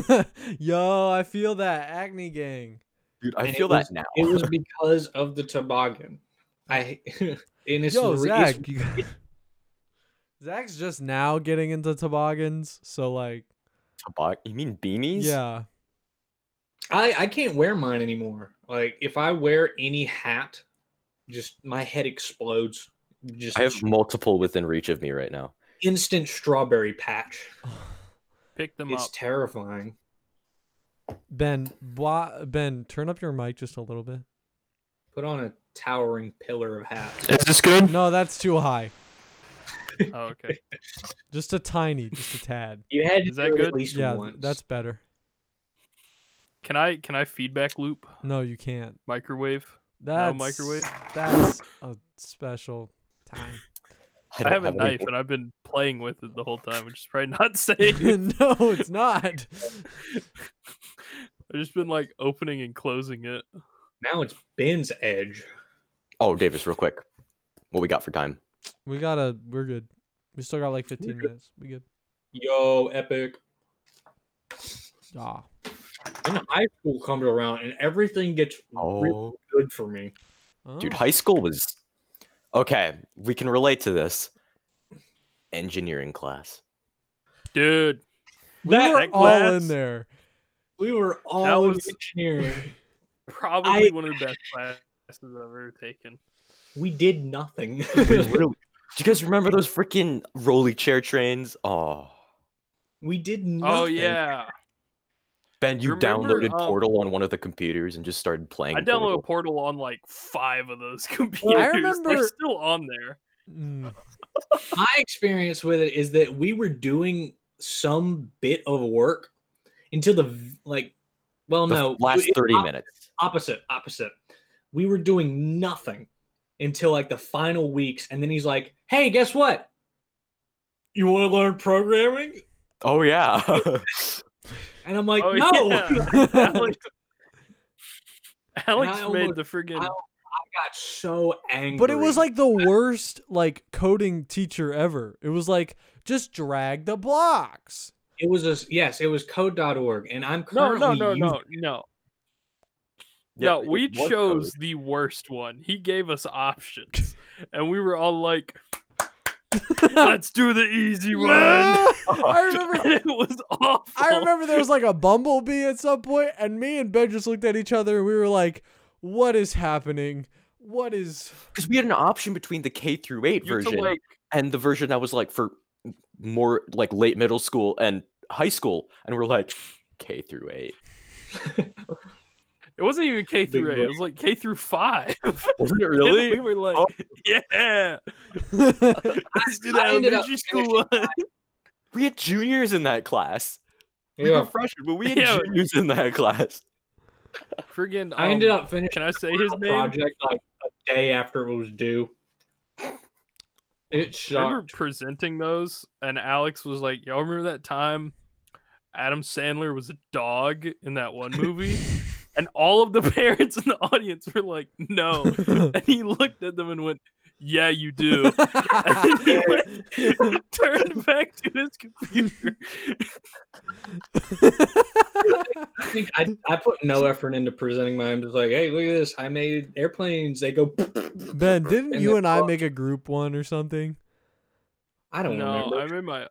[LAUGHS] Yo, I feel that acne gang. Dude, I And it feel was- that now. It was because of the toboggan. I [LAUGHS] and it's, Yo, the re- it's- Zach. you- [LAUGHS] Zach's just now getting into toboggans, so like Tobog- you mean beanies? yeah. I I can't wear mine anymore. Like if I wear any hat, just my head explodes. Just I have multiple within reach of me right now. instant strawberry patch. pick them It's up. terrifying. Ben, blah, Ben, turn up your mic just a little bit. Put on a towering pillar of [LAUGHS] hats. Is this good? No, that's too high. oh, okay. Just a tiny, just a tad. You had to Is that do it at good? least Yeah, once. that's better. Can I can I feedback loop No, you can't. microwave? That's microwave? That's a special time. [LAUGHS] I, have a any. knife and I've been playing with it the whole time, which is probably [LAUGHS] not [LAUGHS] safe. no, it's not. I've just been like opening and closing it. now it's Ben's edge. Oh, Davis, real quick. What we got for time? We gotta. We're good. We still got like 15 good. minutes. We good. Yo, epic. Ah, Then high school comes around and everything gets really Oh, good for me. dude, oh. high school was. Okay, we can relate to this. Engineering class. Dude, we That- were [LAUGHS] that all in glass- there. We were all was- in engineering. probably one of the best classes I've ever taken. We did [LAUGHS] nothing. We [LAUGHS] really- Do you guys remember those freaking rolly chair trains? Oh, we did nothing. Oh yeah. Ben, you Remember, downloaded um, Portal on one of the computers and just started playing. I Portal. downloaded Portal on like five of those [LAUGHS] computers. remember- They're still on there. Mm. my experience with it is that we were doing some bit of work until the v- like well the no last it- thirty op- minutes. opposite opposite we were doing nothing until like the final weeks and then he's like hey guess what you want to learn programming Oh yeah. [LAUGHS] and i'm like Oh, no [LAUGHS] yeah. [LAUGHS] Alex, Alex I made almost- the friggin' I- i got so angry But it was like the worst like coding teacher ever. It was like just drag the blocks. it was just yes it was code.org and i'm no, currently no, no, using- no, no, Yeah, no. it We was code. chose the worst one. He gave us options, and we were all [LAUGHS] like, "Let's do [LAUGHS] the easy one." [LAUGHS] I Oh, remember And it was awful. I remember there was like a bumblebee at some point, and me and Ben just looked at each other and we were like, What is happening? What [LAUGHS] is [LAUGHS] Because we had an option between the K through eight You have to, version like, and the version that was like for m- more like late middle school and high school, and we're like K through [LAUGHS] eight. it wasn't even K through eight. It book. was like K through five. Wasn't it And really? we were like, Oh. [LAUGHS] "Yeah, let's do that I ended up elementary school one." [LAUGHS] We had juniors in that class. We were yeah. freshmen, but we had Yeah. juniors in that class. Friggin', i ended um, up finishing Can I say his the name? project like a day after it was due. It I remember shocked. presenting those, and Alex was like, "Y'all remember that time Adam Sandler was a dog in that one [LAUGHS] movie?" and all of the [LAUGHS] parents in the audience were like, "No," [LAUGHS] and he looked at them and went, "Yeah, you do." And then he went- [LAUGHS] turned back to his computer. I think I, I put no effort into presenting mine. I'm just like, hey, look at this. I made airplanes. They go. Ben, didn't And you then- and I make a group one or something? I don't No, remember. I made my,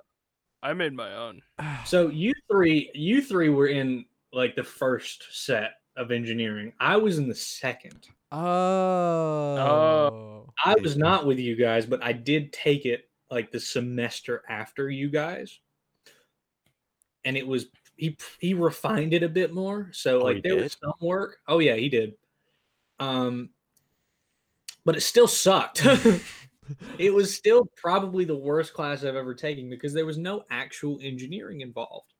I made my own. So you three, you three were in like the first set of engineering. I was in the second. Oh. I was not with you guys, but I did take it like the semester after you guys, and it was he he refined it a bit more. So Oh, he like there was some work. Oh yeah, he did. Um, but it still [LAUGHS] sucked. it was still probably the worst class I've ever taken because there was no actual engineering involved.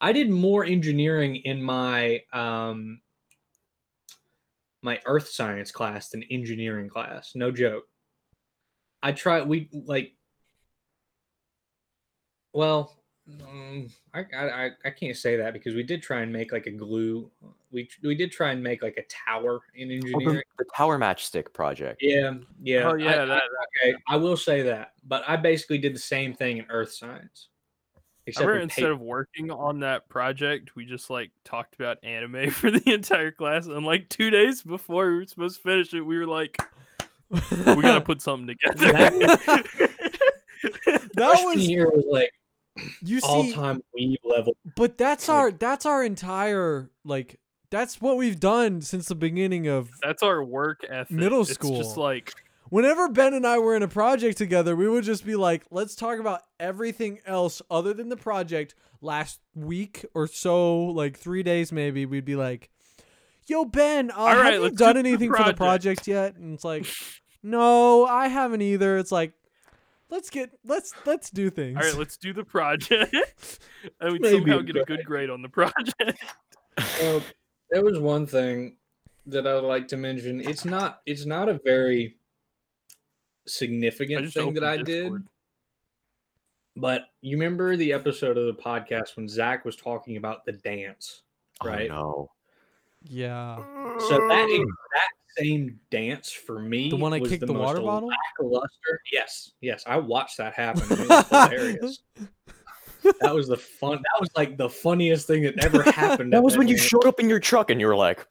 I did more engineering in my um my earth science class than engineering class. No joke. I try we like well mm, I, I I- I can't say that because we did try and make like a glue we we did try and make like a tower in Well, the, engineering. the Tower Matchstick project. Yeah, yeah. oh I- yeah, I- that, Okay, I will say that, but I basically did the same thing in earth science. I Except remember with instead paper. of working on that project, we just like talked about anime [LAUGHS] for the entire class. And like two days before we were supposed to finish it, we were like, we [LAUGHS] gotta put something together. [LAUGHS] that freshman was year was like you all see time weeb level. But that's Like- our that's our entire like that's what we've done since the beginning of That's our work ethic. Middle It's just school. like whenever Ben and I were in a project together, we would just be like, let's talk about everything else other than the project. Last week or so, like three days maybe, we'd be like, Yo, Ben, uh, right, have you let's done do the anything for the project." project yet? And it's like, No, I haven't either. It's like let's get let's let's do things. all right, let's do the project. [LAUGHS] and we'd Maybe somehow a get a good grade on the [LAUGHS] project. Well, there was one thing that I would like to mention. It's not it's not a very I significant just thing that I opened did, but you remember the episode of the podcast when Zach was talking about the dance, right? Oh, Mm. yeah. Discord. So that exact same dance for me, The one I was kicked the, most water bottle? lackluster. Yes, yes, I watched that happen. and [LAUGHS] It was hilarious. That was the fun. That was like the funniest thing that [LAUGHS] ever happened. that at was when you event. showed up in your truck and you were like,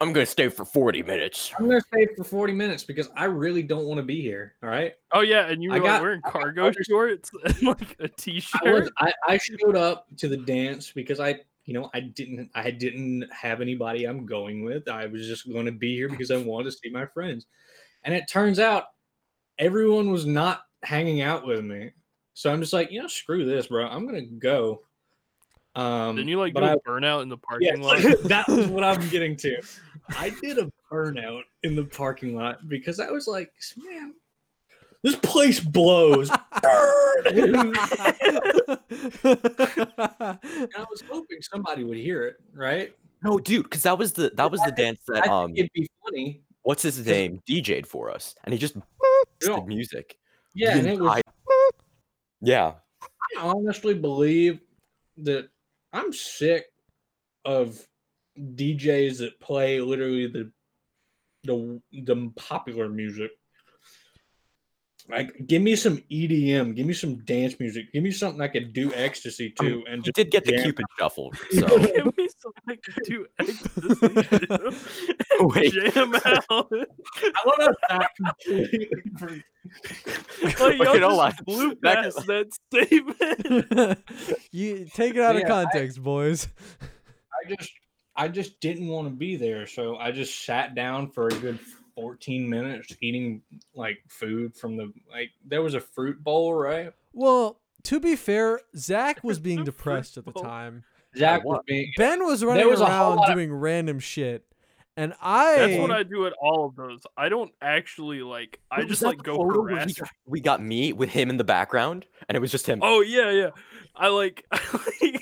"I'm gonna stay for 40 minutes." I'm gonna stay for 40 minutes because I really don't want to be here. All right. Oh yeah, and you I were got- like wearing I got cargo other- shorts [LAUGHS] and like I, a was, t-shirt. I I showed up to the dance because I you know I didn't I didn't have anybody I'm going with. I was just going to be here because I wanted to see my friends. And it turns out everyone was not hanging out with me. So I'm just like, you know, screw this, bro. I'm gonna go. Um, Didn't you like do but a I- burnout in the parking [LAUGHS] lot? [LAUGHS] Yes, that was what I'm getting to. I did a burnout in the parking lot because I was like, man, this place [LAUGHS] blows. Burn! And I was hoping somebody would hear it, right? No, dude, because that was the that was the dance that I um think it'd be funny. what's his name DJ'd for us, and he just Yeah. the music. Yeah, The and it was, entire- [LAUGHS] yeah. I honestly believe that I'm sick of DJs that play literally the the the popular music. Like, give me some EDM, give me some dance music, give me something I could do ecstasy I mean, to, and He just did get the jam. Cupid [LAUGHS] shuffle. So Can we select [LAUGHS] two [LAUGHS] exes wait, [LAUGHS] jam [LAUGHS] out? I love how that completely. Like, y'all Okay, don't just lie. blew That [LAUGHS] is- past that statement. you take it out of Yeah, I- context, boys. I just I just didn't want to be there, so I just sat down for a good 14 minutes eating like food from the like there was a fruit bowl, right? Well, to be fair, Zach was being Fruit depressed at the bowl. time. Zach was what? being Ben was running was a whole around lot of- doing random shit, and I. [LAUGHS] That's what I do at all of those. I don't actually like. I What was just that like go photo where we harass. got, we got me with him in the background, and it was just him. [LAUGHS] Oh yeah, yeah. I like. [LAUGHS] I, like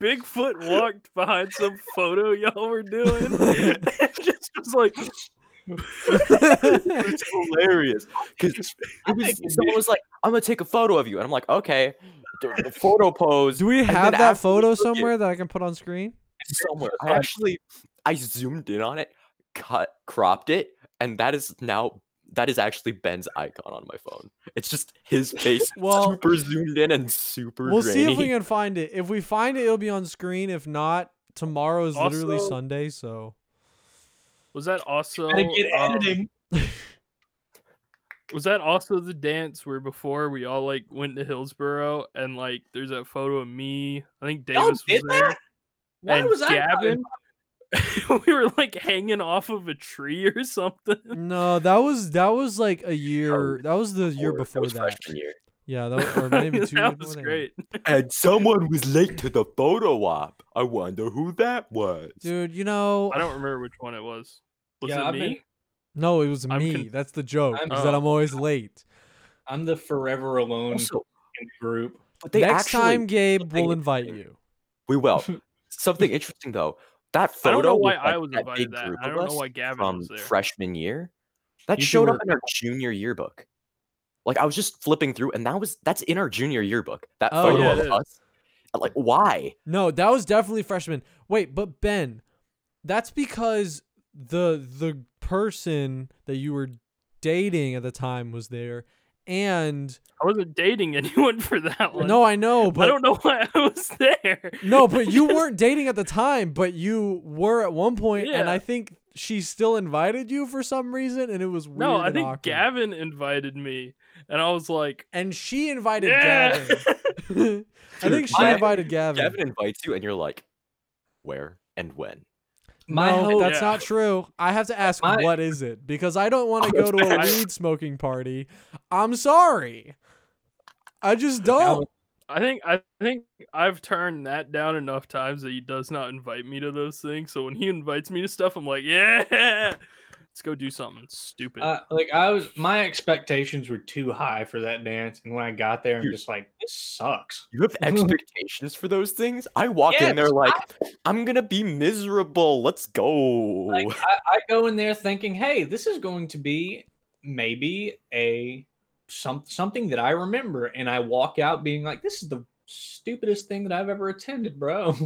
Bigfoot walked behind some photo y'all were [LAUGHS] doing, and just was like, [LAUGHS] It's [LAUGHS] hilarious [LAUGHS] because I think someone was like, "I'm gonna take a photo of you," and I'm like, "Okay." The, the photo pose do we then have that afterwards, photo look at- somewhere that I can put on screen? is somewhere. [LAUGHS] I Right. actually, I zoomed in on it, cut, cropped it, and that is now that is actually Ben's icon on my phone. It's just his face, [LAUGHS] Well, super zoomed in and super We'll grainy. see if we can find it. If we find it, it'll be on screen. If not, tomorrow is literally Also- Sunday, so "Was that also gotta get um, editing. was that also the dance where before we all like went to Hillsboro and like there's that photo of me? I think Y'all Davis was did there. that? Why and was I not Gavin? [LAUGHS] we were like hanging off of a tree or something. no, that was that was like a year. That was the year Or- before was that. freshman [LAUGHS] year. Yeah, that was, Oh, or maybe two. years- that was whatever. great. And someone was late to the photo op. I wonder who that was. dude. You know, I don't remember which one it was. Was Yeah, it I've me? been- no, it was I'm me. con- That's the joke. I'm- is that Oh. I'm always late. I'm the forever alone Also, in the group. but they Next actually, time, Gabe, thing we'll is- invite you. we [LAUGHS] will. Something interesting though. That I photo. don't know why with, I like, was that invited big to that. group I of don't know us why Gavin from was there. freshman year. That You two showed were- up in our junior yearbook. Like I was just flipping through, and that was that's in our junior yearbook. That Oh, photo yeah, of it is. us. And, Like why? No, that was definitely freshman. Wait, but Ben, that's because the the person that you were dating at the time was there, and I wasn't dating [LAUGHS] anyone for that one. no, I know, but Oh, I don't know why I was [LAUGHS] there. [LAUGHS] no, but [LAUGHS] you weren't dating at the time, but you were at one point, and Yeah. I think she still invited you for some reason, and it was weird. No, I and think awkward. Gavin invited me, and I was like, and she invited yeah. [LAUGHS] Gavin. I think she Gavin- invited Gavin. Gavin invites you, and you're like, where and when? My no, [LAUGHS] hope, that's Yeah. not true. I have to ask, My- what is it? Because I don't want to Oh, go [LAUGHS] to a I- weed smoking party. I'm sorry. I just don't. I think I think I've turned that down enough times that he does not invite me to those things. So when he invites me to stuff, I'm like, yeah, let's go do something stupid. uh, like I was, my expectations were too high for that dance, and when I got there, I'm just like, this sucks. You [LAUGHS] have expectations for those things. I walk in there Yes, like, I'm gonna be miserable. Let's go. Like I, I go in there thinking, hey, this is going to be maybe a some something that I remember, and I walk out being like, this is the stupidest thing that I've ever attended, bro.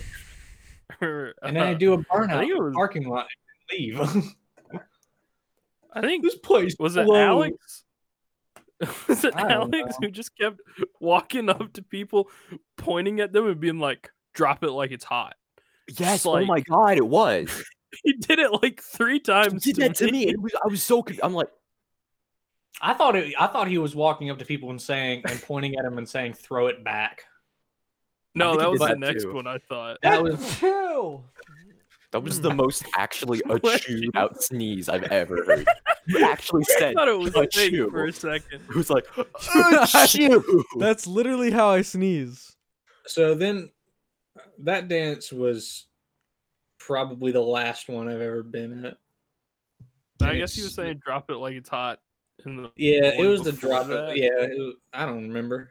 [LAUGHS] [LAUGHS] Or, And then I uh, do [LAUGHS] a burnout think it in the was- parking lot and leave. [LAUGHS] I think this place was it blows. Alex? [LAUGHS] Was it I don't Alex know. who just kept walking up to people, pointing at them and being like, "Drop it like it's hot." [LAUGHS] yes. oh like- my god, it was. [LAUGHS] He did it like three You times. did to that to me. me. and it was- I was so. conf- I'm like, I thought it, I thought he was walking up to people and saying and pointing at him and saying, throw it back. No, think he that was did the that next too. one. I thought. [LAUGHS] That was Ew. that was [LAUGHS] the most actually a What? chewed out sneeze I've ever [LAUGHS] heard. You actually [LAUGHS] I said thought it was a fake chew. for [LAUGHS] a second. It was like a chew. That's literally how I sneeze. so then uh, that dance was probably the last one I've ever been at. But I And guess he it's- was saying drop it like it's hot. In the Yeah, it one was the before drop. that. Yeah, it was, I don't remember.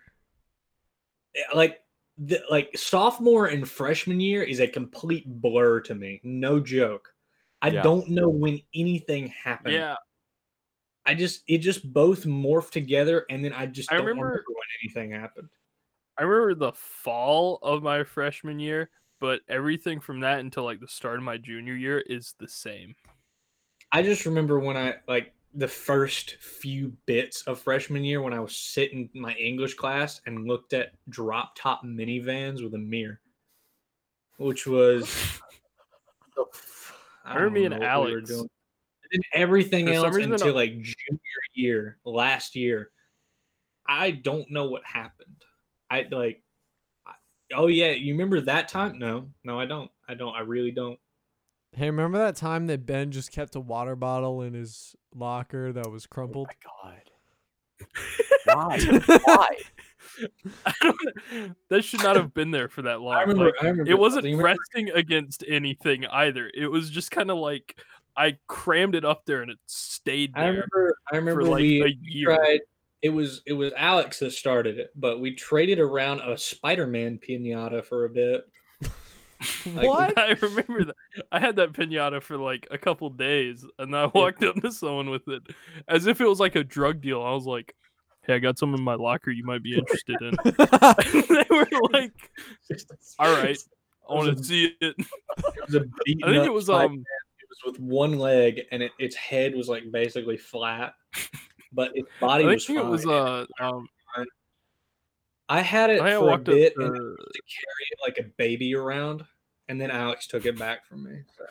Yeah, Like the, like sophomore and freshman year is a complete blur to me. No joke. I Yeah. don't know when anything happened. Yeah, I just it just both morphed together, and then I just I don't remember- remember, when anything happened. I remember the fall of my freshman year, but everything from that until like the start of my junior year is the same. [LAUGHS] I just remember when I like the first few bits of freshman year when I was sitting in my English class and looked at drop top minivans with a mirror, which [LAUGHS] was. the f- I Remember don't me and know what we were Alex. doing. And then everything For some else reason, uh, until I- like junior year, last year, I don't know what happened. I like, I, oh yeah, you remember that time? No, no, I don't. I don't. I really don't. Hey, remember that time that Ben just kept a water bottle in his locker that was crumpled? [LAUGHS] Oh my god. Why? Why? I don't- that should not have been there for that long. I remember. Like, I remember. it wasn't Do you remember- resting against anything either. It was just kind of like I crammed it up there and it stayed I there remember. I for remember like we a year. tried. It was it was Alex that started it, but we traded around a Spider-Man pinata for a bit. [LAUGHS] Like, [LAUGHS] what? I remember that. I had that pinata for like a couple days, and I walked [LAUGHS] up to someone with it as if it was like a drug deal. I was like, "Hey, I got some in my locker. You might be interested [LAUGHS] in." [LAUGHS] And they were like, All right. "I want to see it." [LAUGHS] It was a beaten I think up it was Spider-Man. um. It was with one leg, and it, its head was like basically flat, but its [LAUGHS] I body think was fine. it was uh. Um, I had it I had for a walked up bit, and I to used to carry it like a baby around, and then Alex took it back from me. So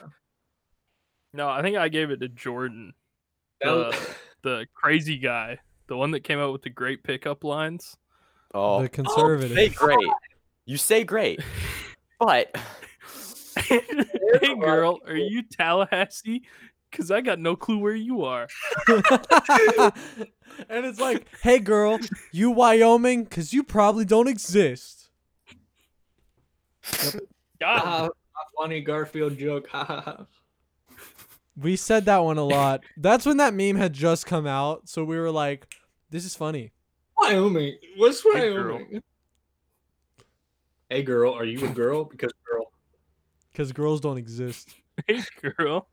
no. I think I gave it to Jordan, that was- Uh, the crazy guy, the one that came out with the great [LAUGHS] pickup lines. Oh, The you conservative. say great. You [LAUGHS] say great. But [LAUGHS] hey girl, are you Tallahassee? Cause I got no clue where you are. and it's like, hey girl, you Wyoming, cause you probably don't exist. God, Ah, [LAUGHS] a funny Garfield joke. [LAUGHS] Ha ha ha. We said that one a lot. That's when that meme had just come out, so we were like, this is funny. Wyoming. What's Hey, girl. Wyoming? Hey girl, are you a girl? Because [LAUGHS] girl. Cause girls don't exist. [LAUGHS] hey girl.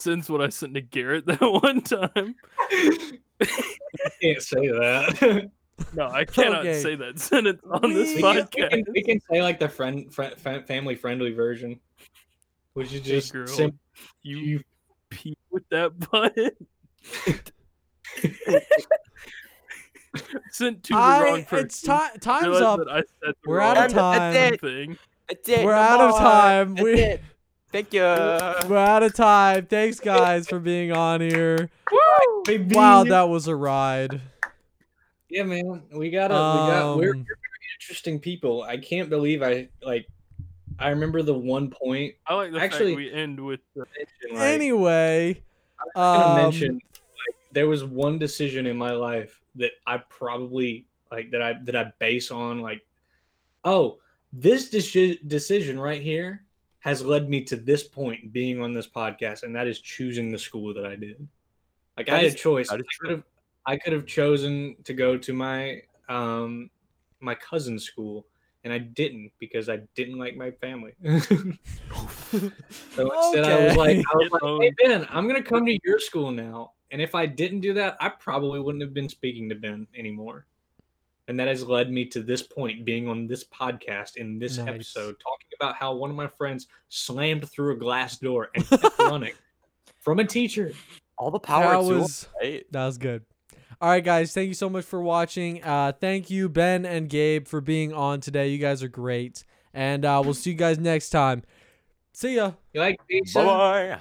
Since what I sent to Garrett [LAUGHS] that one time. I can't say that. No, I cannot Okay. say that [LAUGHS] sentence on this We- [LAUGHS] we, can, we podcast. can- we can say like the friend, friend family friendly version. Which is Hey, just girl. sim- You you pee with that [LAUGHS] [LAUGHS] button. Sent to the wrong I, person. it's ti- time's Realized up. that I said the We're out of wrong And that's time. it. Thing. That's it. We're no out of more. time. That's We- it. Thank you. We're out of time. Thanks guys for being on here. Baby. Wow, that was a ride. yeah, man. We gotta we got we're Um, interesting people. I can't believe I like I remember the one point I like the Actually- fact we end with the mention, like, Anyway, I'm gonna um, mention like, there was one decision in my life that I probably like that I that I base on like, oh, this deci- decision right here has led me to this point being on this podcast, and that is choosing the school that I did. Like I That had is- a choice. I that is could have I could have chosen to go to my um my cousin's school. And I didn't because I didn't like my family. [LAUGHS] So [LAUGHS] instead, I was like, I was Get like, owned. hey Ben, I'm gonna come to your school now. And if I didn't do that, I probably wouldn't have been speaking to Ben anymore. And that has led me to this point, being on this podcast in this Nice. episode, talking about how one of my friends slammed through a glass door and kept running from a teacher. All the power that to it, was right? that was good. All right, guys, thank you so much for watching. Uh, thank you, Ben and Gabe, for being on today. You guys are great, and uh, we'll see you guys next time. See ya. You like pizza? Bye bye.